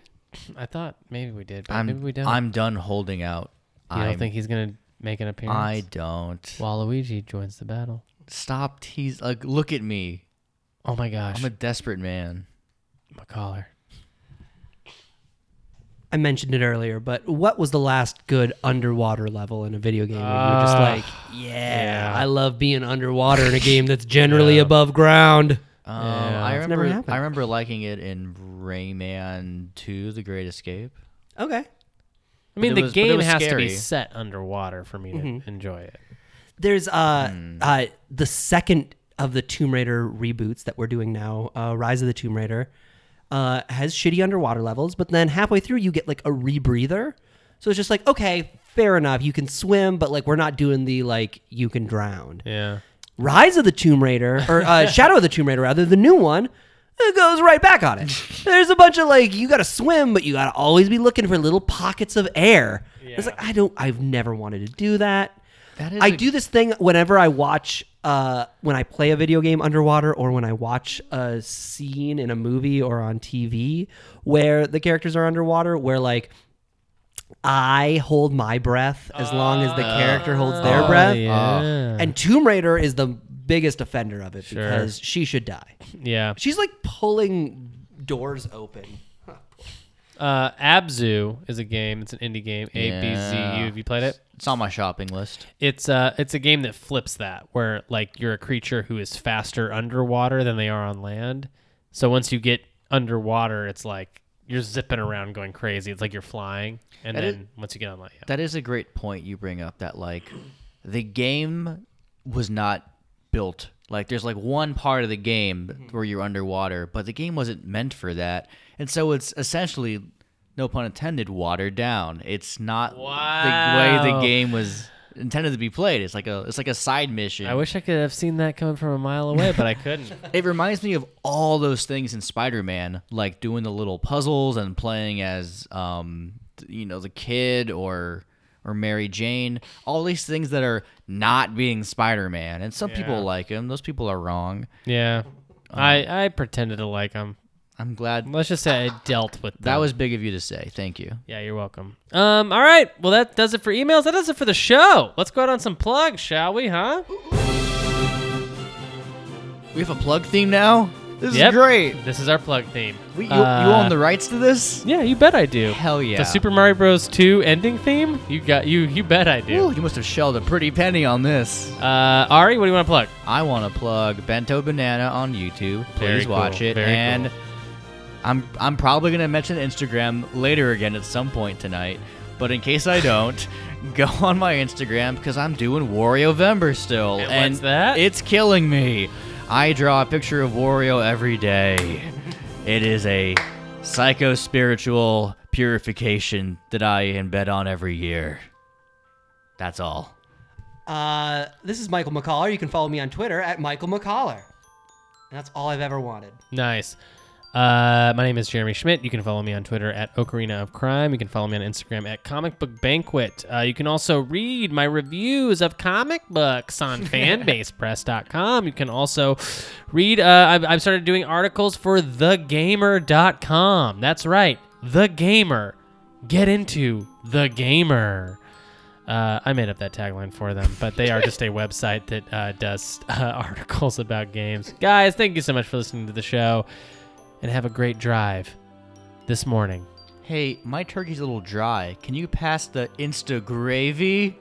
I thought maybe we did, but
I'm
maybe we don't.
I'm done holding out.
you don't
I'm-
think he's gonna make an appearance?
I don't.
Waluigi joins the battle.
Stop tease. Like, look at me.
Oh my gosh,
I'm a desperate man.
McCollar.
I mentioned it earlier, but what was the last good underwater level in a video game? Where you were just
Ah,
like, yeah,
yeah.
I love being underwater in a game that's generally above ground.
Um,
Yeah.
I
never
remember.
happened.
I remember liking it in Rayman 2: The Great Escape.
Uh,
Okay.
I mean,
it
the
was- but it
game
was
has to
scary.
be set underwater for me to enjoy it.
There's uh, uh the second of the Tomb Raider reboots that we're doing now, uh, Rise of the Tomb Raider, uh, has shitty underwater levels, but then halfway through you get like a rebreather. So it's just like, okay, fair enough, you can swim, but like we're not doing the like you can drown.
Yeah.
Rise of the Tomb Raider or
<laughs>
uh, Shadow of the Tomb Raider rather, the new one, it goes right back on it. There's a bunch of like you got to swim, but you got to always be looking for little pockets of air. It's like I don't, I've never wanted to do that.
That is
I
a-
do this thing whenever I watch, uh, when I play a video game underwater, or when I watch a scene in a movie or on TV where the characters are underwater, where like. I hold my breath as long as the character holds their
Oh,
breath.
Yeah.
And Tomb Raider is the biggest offender of it because she should die.
yeah.
She's like pulling doors open.
Uh, Abzu is a game. It's an indie game. A B Z U.
Yeah.
Have you played it?
It's on my shopping list.
It's uh it's a game that flips that where like you're a creature who is faster underwater than they are on land. So once you get underwater, it's like you're zipping around going crazy. It's like you're flying, and
That is-
then once you get on land, yeah.
That is a great point you bring up. That like, the game was not built. Like, there's like one part of the game
Mm-hmm.
where you're underwater, but the game wasn't meant for that, and so it's essentially, no pun intended, watered down. It's not the way
Wow.
the game was intended to be played. It's like a it's like a side mission.
I wish I could have seen that coming from a mile away, but I
<laughs>
couldn't.
It reminds me of all those things in Spider-Man, like doing the little puzzles and playing as, um, th- you know, the kid or or Mary Jane. All these things that are not being Spider-Man, and some
Yeah.
people like him. Those people are wrong.
Yeah, I I pretended to like him.
I'm glad
Let's just say I dealt with
that
them.
was big of you to say. Thank you.
Yeah, you're welcome. Um, all right. Well, that does it for emails. That does it for the show. Let's go out on some plugs, shall we? Huh?
We have a plug theme now. This
Yep.
is great.
This is our plug theme.
We, you, you
Uh,
own the rights to this?
Yeah, you bet I do.
Hell yeah.
The Super Mario Bros. 2 ending theme? You got you. You bet I do.
Ooh, you must have shelled a pretty penny on this.
Uh, Ari, what do you want to plug?
I want to plug Bento Banana on YouTube. Please
Very cool,
watch it.
very
and
cool.
I'm I'm probably gonna mention Instagram later again at some point tonight. But in case I don't, <laughs> go on my Instagram because I'm doing Wario Vember still,
And what's that?
it's killing me. I draw a picture of Wario every day. It is a psycho spiritual purification that I embed on every year. That's all.
Uh, this is Michael McCollar. You can follow me on Twitter at Michael McCollar. And that's all I've ever wanted.
Nice. Uh, my name is Jeremy Schmidt. You can follow me on Twitter at Ocarina of Crime. You can follow me on Instagram at Comic Book Banquet. Uh, you can also read my reviews of comic books
<laughs>
on fanbasepress.com. You can also read, uh, I've, I've started doing articles for thegamer.com. That's right, The Gamer. Get into The Gamer. Uh, I made up that tagline for them, but they are just a website that uh, does uh, <laughs> articles about games. Guys, thank you so much for listening to the show, and have a great drive this morning.
Hey, my turkey's a little dry. Can you pass the Insta gravy?